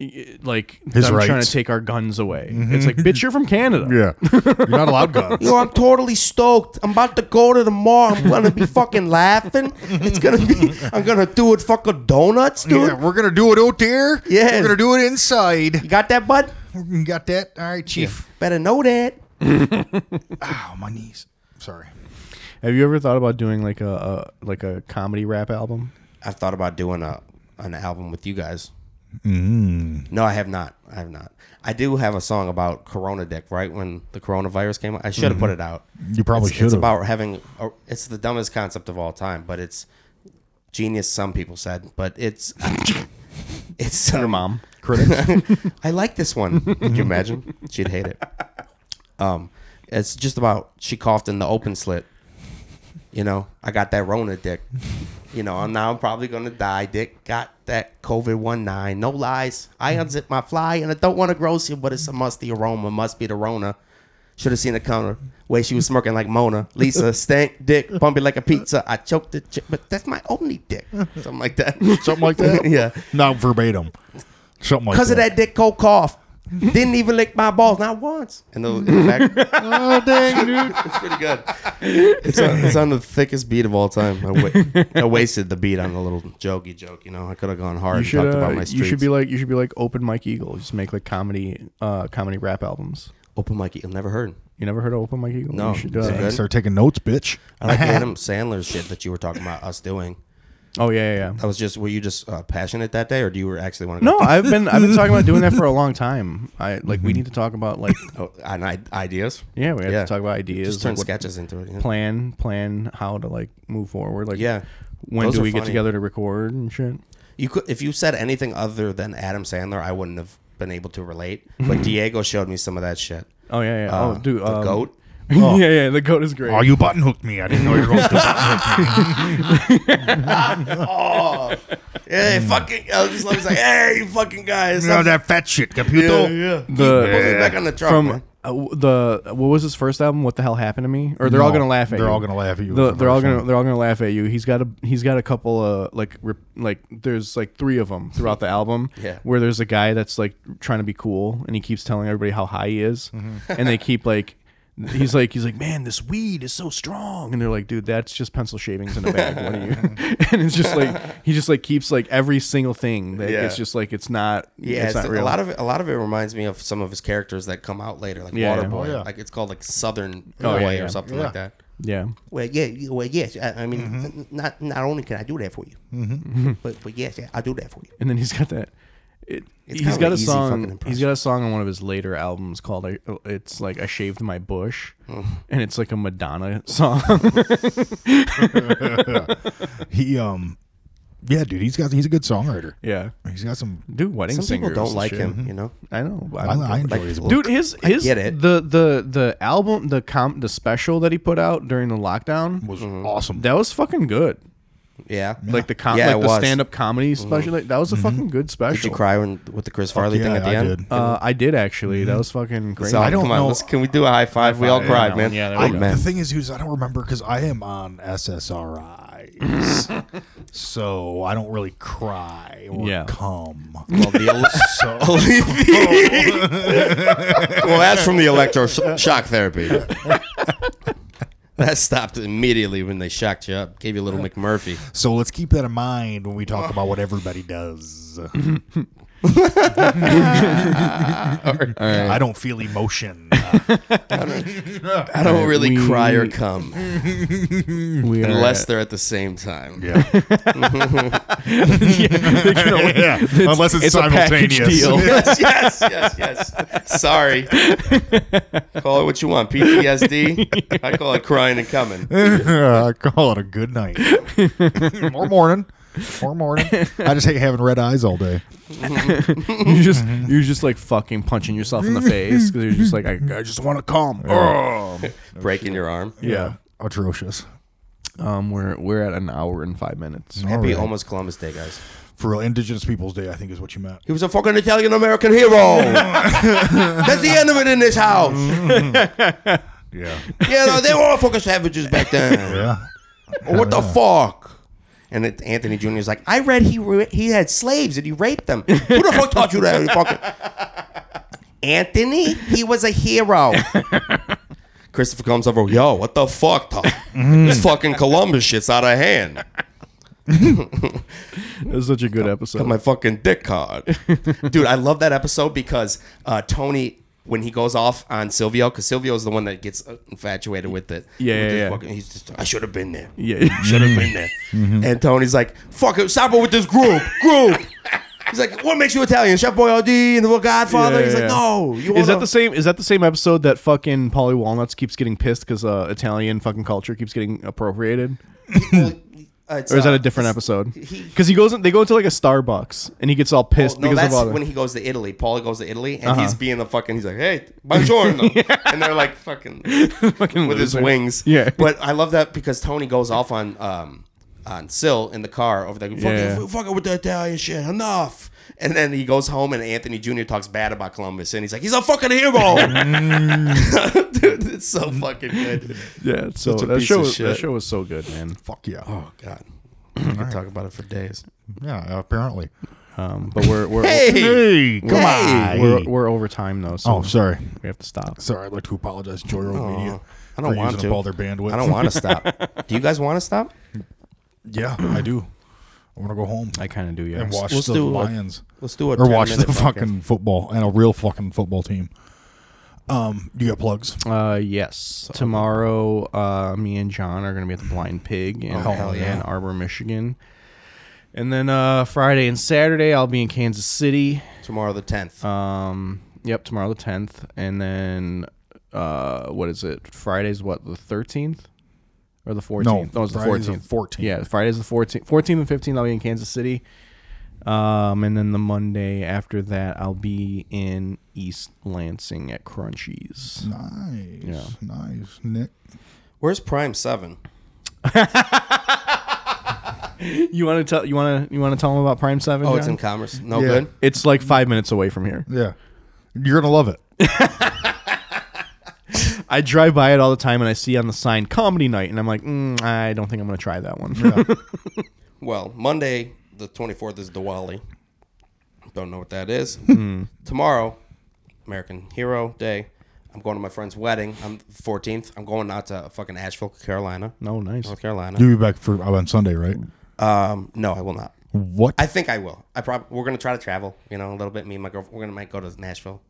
y- like
His
them trying
rights.
to take our guns away.
Mm-hmm.
It's like, bitch, you're from Canada.
Yeah, <laughs> you're not allowed
<laughs>
guns.
Yo, I'm totally stoked. I'm about to go to the mall. I'm gonna be fucking laughing. It's gonna be. I'm gonna do it. Fucking donuts, dude.
we're gonna do it out there.
Yeah.
do it inside.
You got that, bud?
You got that? All right, chief.
Better know that.
Oh, my knees. Sorry.
Have you ever thought about doing like a, a like a comedy rap album?
I've thought about doing a an album with you guys.
Mm.
No, I have not. I have not. I do have a song about Corona Dick. Right when the coronavirus came, out. I should have put it out.
Mm-hmm. You probably
It's- It's
should have.
about having. A, it's the dumbest concept of all time, but it's genius. Some people said, but
<laughs>
it's it's
Your mom.
<laughs> I like this
<laughs>
one. Could you imagine? She'd hate it. Um, it's just about she coughed in the open slit. You know, I got that Rona dick. You know, I'm now I'm probably gonna die. Dick got that COVID one nine. No lies. I unzip my fly, and I don't want to gross you, but it's a musty aroma. Must be the Rona. Should have seen the counter. Way she was smirking like Mona. Lisa stank dick, bumpy like a pizza. I choked the chick, but that's my only dick. Something like that.
Something like that.
<laughs> yeah.
Not verbatim. Something like
Because of that dick cold cough. Didn't even lick my balls, not once. And the, in the back,
Oh dang, dude.
it's pretty good. It's on, it's on the thickest beat of all time. I, wa- I wasted the beat on a little jokey joke. You know, I could have gone hard
You
and
should,
talked
uh,
about my streets.
you should be like you should be like open Mike Eagle. Just make like comedy uh comedy rap albums.
open mic. You'll never heard.
You never heard of open Mike Eagle?
No.
You should uh, do
Is it
that.
good?
Start taking notes, bitch.
I like
<laughs>
Adam Sandler shit that you were talking about us doing.
Oh yeah, yeah. yeah.
I was just. Were you just uh, passionate that day, or do you actually want to? <laughs>
No, I've been I've been talking about doing that for a long time. I like we need to talk about like
Oh, and I, ideas.
yeah we have
Yeah.
to talk about ideas.
Just turn
like, what-
sketches into it. you know?
plan plan how to like move forward. Like
Yeah.
when
Those
do
are
we get
funny.
together to record and shit?
You could, if you said anything other than Adam Sandler, I wouldn't have been able to relate.
<laughs>
But Diego showed me some of that shit.
Oh yeah, yeah.
Uh,
oh dude,
the
um, <laughs>
goat.
yeah, yeah. The goat is great.
Oh, you button hooked me. I didn't know you were going
<laughs>
to button hook me.
Oh, hey,
Mm.
fucking! I was just like, hey, you fucking guys!
You know, that fat shit, computer.
the
Put me back on the truck,
from
man.
uh, w- the what was his first album? What the hell happened to me? Or they're all
No,
gonna laugh at you.
They're all gonna laugh at you.
The-
That's the
they're all
first
gonna
one.
they're all gonna laugh at you. He's got a he's got a couple of like rep, like there's like three of them throughout
<laughs>
the album.
Yeah.
Where there's a guy that's like trying to be cool and he keeps telling everybody how high he is,
Mm-hmm.
and
<laughs>
they keep like. He's like, he's like, man, this weed is so strong, and they're like, dude, that's just pencil shavings in a bag. What are
<laughs>
you? and it's just like he just like keeps like every single thing. That
Yeah.
It's just like it's not.
Yeah,
it's,
it's
not
a
real.
lot of it, a lot of it reminds me of some of his characters that come out later, like
Yeah, yeah.
Waterboy.
Oh, yeah.
Like it's called like Southern
Oh, yeah,
Boy
yeah.
or something like that.
yeah.
Well, yeah, you- well, yes. I, I mean, n- not not only can I do that for you, but but yes, I'll do that for you.
and then he's got that It,
It's
he's
kinda
got a
easy fucking
song.
impression.
He's got a song on one of his later albums called I, "It's Like I Shaved My Bush,"
Mm.
and it's like a Madonna <laughs> song.
He um, yeah, dude, he's got he's a good songwriter.
yeah,
He's got some.
dude, wedding
Some
singers
people don't
and
like
shit.
him, you know.
I know. I
I,
don't
<laughs>
I enjoy
like-
his
Dude, his his
get it.
the the the album the comp the special that he put out during the lockdown
was awesome.
that was fucking good.
Yeah.
Like the com-
Yeah, it
like the
was. Mm-hmm.
stand up comedy special like, that was a fucking good special.
Did you cry when, with the Chris Farley thing at the
I
end?
did.
Uh, I did actually. That was fucking great.
Mm-hmm. So
I don't
come on,
know-
Let's, can we do a high five? we all
five,
cried,
yeah.
man.
Yeah, there
Oh,
we
I,
go. <laughs>
the
man.
thing is, is I don't remember because I am on
<laughs>
SSRIs, so I don't really cry or
Yeah.
cum.
Well, the ele- <laughs>
So
well, that's from the electroshock therapy. that stopped immediately when they shocked you up, gave you a little McMurphy.
So let's keep that in mind when we talk about what everybody does. I don't feel emotion.
I don't really
we-
cry or cum
We uh, are-
unless they're at the same time.
yeah.
they can only-
yeah. Unless it's,
it's a package
simultaneous.
deal.
<laughs> yes, yes, yes, yes.
<laughs>
Sorry. call it what you want.
<laughs>
PTSD. I call it crying and coming.
<laughs> I call it a good
<laughs>
night. or morning. Or morning. I just hate having red eyes all day.
<laughs> you just you're just like fucking punching yourself in the face because you're just <laughs> like I, I just want to calm.
Oh,
Breaking your arm.
Yeah.
Atrocious.
Um, we're we're at an hour and five minutes.
Happy
right.
almost Columbus Day, guys.
For real, Indigenous Peoples Day, I think is what you meant.
He was a fucking Italian
<laughs>
American hero. That's the end of it in this house.
Yeah.
Yeah, no, they were all fucking savages back then.
<laughs> Yeah.
What the fuck? And it, Anthony Jr. is like, I read he ra- he had slaves and he raped them. Who the fuck taught you that? You fucking Anthony, he was
<laughs>
a hero. Christopher comes over. Yo, what the fuck, Tom?
Mm-hmm.
This fucking Columbus shit's out of hand.
It was such a good episode.
my fucking dick
<laughs>
card. Dude, I love that episode because uh, Tony, when he goes off on Silvio, because Silvio is the one that gets uh, infatuated with it.
Yeah,
With
yeah,
this
yeah.
fucking- he's just, I should have been there. <laughs>
yeah. Mm-hmm.
Should have been there. And Tony's like, fuck it, stop it with this group,
<laughs>
group. He's like, what makes you Italian? Chef Boyardee and the Godfather?
Yeah,
He's
yeah.
like, no. You
Is that
wanna-
the same? Is that the same episode that fucking Polly Walnuts keeps getting pissed because uh, Italian fucking culture keeps getting appropriated,
Uh, it's,
or is that
uh,
a different episode?
he- Oh,
Because he goes, in, they go into like a Starbucks and he gets all pissed
no,
because
that's
of all the. <laughs> Uh-huh.
when he goes to Italy. Paul goes to Italy, and he's being the fucking. He's like,
<laughs>
"Hey, buongiorno," and they're like, "Fucking,", <laughs> with his
loser.
wings.
Yeah.
<laughs> But I love that because Tony goes off on um on Sill in the car over there. Fucking,
Yeah.
fucking with the Italian shit. Enough. And then he goes home, and Anthony Jr. talks bad about Columbus, and he's like, "He's a
<laughs>
fucking hero." <laughs> Dude, it's so fucking good.
yeah, so
Such a
that
piece
show
of
was, that
shit.
show was so good, man.
Fuck yeah.
Oh God, we could talk about it for days.
Yeah, apparently.
Um, but we're we're
Hey,
Hey, come
Hey!
on.
we're, we're over time though, so
oh, sorry.
we have to stop.
Sorry, I'd like to apologize to Joy Road Media.
I don't
for
want
using
to.
Up all their bandwidth.
I don't want to stop. Do you guys want to stop?
<laughs> Yeah, I do. I want to go home
I kind of do, yeah.
and watch
Let's
the
do, like,
Lions
Let's do it.
or watch the fucking football and a real fucking football team. Um, you got plugs?
Uh, yes. Tomorrow, uh, me and John are going to be at the Blind Pig in,
Oh, hell
in
yeah.
Ann Arbor, Michigan. And then uh, Friday and Saturday, I'll be in Kansas City.
tomorrow the tenth.
Um, yep, tomorrow the 10th. And then, uh, what is it? Friday's what, the 13th? Or the 14th?
No,
it's the
Friday's the
14th.
14th.
Yeah, Friday's the 14th. 14th and 15th, I'll be in Kansas City. Um, and then the Monday after that, I'll be in East Lansing at Crunchies.
Nice,
Yeah.
nice, Nick.
Where's Prime Seven?
You want to tell you want to you want to tell them about Prime Seven?
Oh, it's
John?
in Commerce. No
Yeah.
good.
It's like five minutes away from here.
Yeah, you're gonna love it.
I drive by it all the time, and I see on the sign "Comedy Night," and I'm like, mm, I don't think I'm gonna try that one. <laughs>
Well, Monday the twenty fourth is Diwali. Don't know what that is.
Hmm.
Tomorrow, American Hero Day. I'm going to my friend's wedding. I'm fourteenth. I'm going out to fucking Asheville, Carolina,
no, Oh, nice.
North Carolina.
You'll be back for uh, on Sunday, right?
Um, no, I will not.
What?
I think I will. I probably we're gonna try to travel. You know, a little bit. Me and my girlfriend. We're gonna might go to Nashville.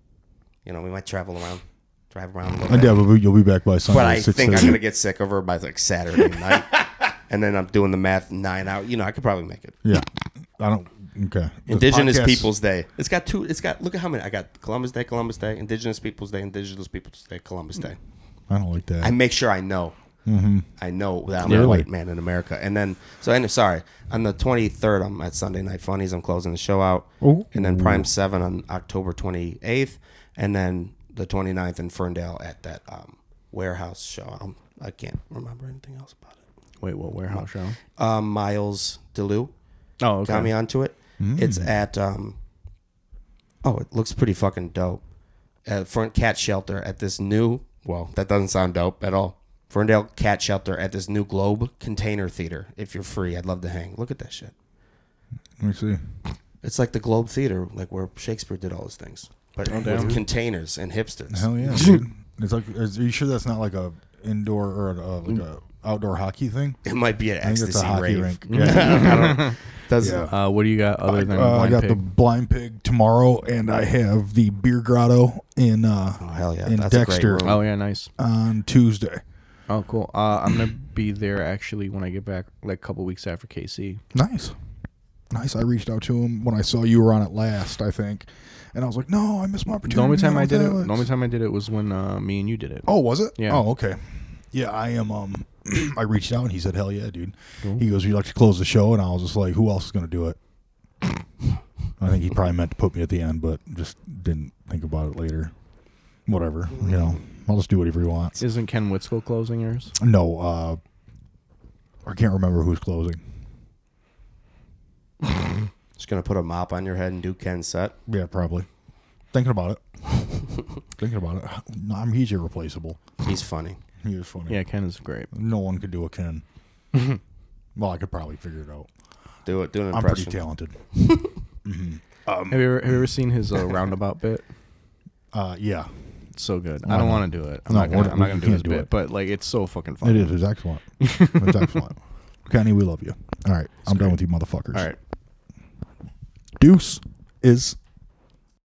You know, we might travel around, drive around a little bit.
yeah, but you'll be back by Sunday.
But I
at 6:30.
think I'm gonna get sick of her by like
<laughs>
Saturday night, and then I'm doing the math nine hours. You know, I could probably make it.
Yeah, I don't. Okay.
Indigenous
Podcast-
Peoples Day. It's got two. It's got look at how many I got. Columbus Day, Columbus Day, Indigenous Peoples Day, Indigenous Peoples Day, Columbus Day.
I don't like that.
I make sure I know.
Mm-hmm.
I know that I'm
Clearly.
a white man in America. And then, so and sorry, on the 23rd, I'm at Sunday Night Funnies. I'm closing the show out,
Ooh.
and then Prime Seven on October 28th, and then the 29th in Ferndale at that um, warehouse show. I'm, I can't remember anything else about it.
Wait, what warehouse show?
Um, Miles Delu
Oh, okay.
got me onto it.
Mm.
It's at um oh, it looks pretty fucking dope. At Front Cat Shelter at this new well, that doesn't sound dope at all. Ferndale Cat Shelter at this new Globe Container Theater. If you're free, I'd love to hang. Look at that shit.
Let me see.
It's like the Globe Theater, like where Shakespeare did all his things, but with containers and hipsters.
Hell
<laughs>
yeah. dude. it's like. Is, are you sure that's not like a indoor or a, uh, like a outdoor hockey thing?
It might be an
I think it's a
ecstasy
hockey
rave.
rink.
<laughs>
Yeah. <laughs>
I don't, doesn't
Uh, what do you got other than
Uh, I
Blind
got the
Pig?
blind pig tomorrow, and I have the beer grotto in uh
Oh, hell yeah.
in
That's a great
Dexter
room.
Oh yeah, nice.
on Tuesday.
Oh cool. Uh, I'm
<clears throat>
gonna be there actually when I get back, like a couple weeks after KC.
Nice. Nice. I reached out to him when I saw you were on it last, I think. And I was like, no, I missed my opportunity.
The only time
now
I
with
did it,
Alex."
the only time I did it was when uh, me and you did it.
Oh, was it?
Yeah.
Oh, okay. Yeah, I am. Um, <clears throat> I reached out and he said, "Hell yeah, dude." He goes, "Would you like to close the show?" And I was just like, "Who else is going to do it?" I think he probably meant to put me at the end, but just didn't think about it later. Whatever, you know. I'll just do whatever he wants.
Isn't Ken Witzel closing yours?
No, uh, I can't remember who's closing.
Just going to put a mop on your head and do Ken's set.
Yeah, probably. Thinking about it. <laughs> Thinking about it. <sighs> No, I'm, he's irreplaceable.
He's funny.
He is funny.
Yeah, Ken is great.
No one could do a Ken. well, I could probably figure it out.
Do it. Do an
I'm
impression.
pretty talented. Um,
have you ever have you ever seen
<laughs>
his uh, roundabout bit?
Uh, yeah,
It's so good. I don't want to do it. I'm
No,
not
we're
gonna,
not-
I'm not
we
gonna do
can't
his
do
bit,
it.
but like it's so fucking
it
funny.
is. It's excellent. It's excellent. Kenny, we love you. All right, I'm done with you, motherfuckers.
All right.
Deuce is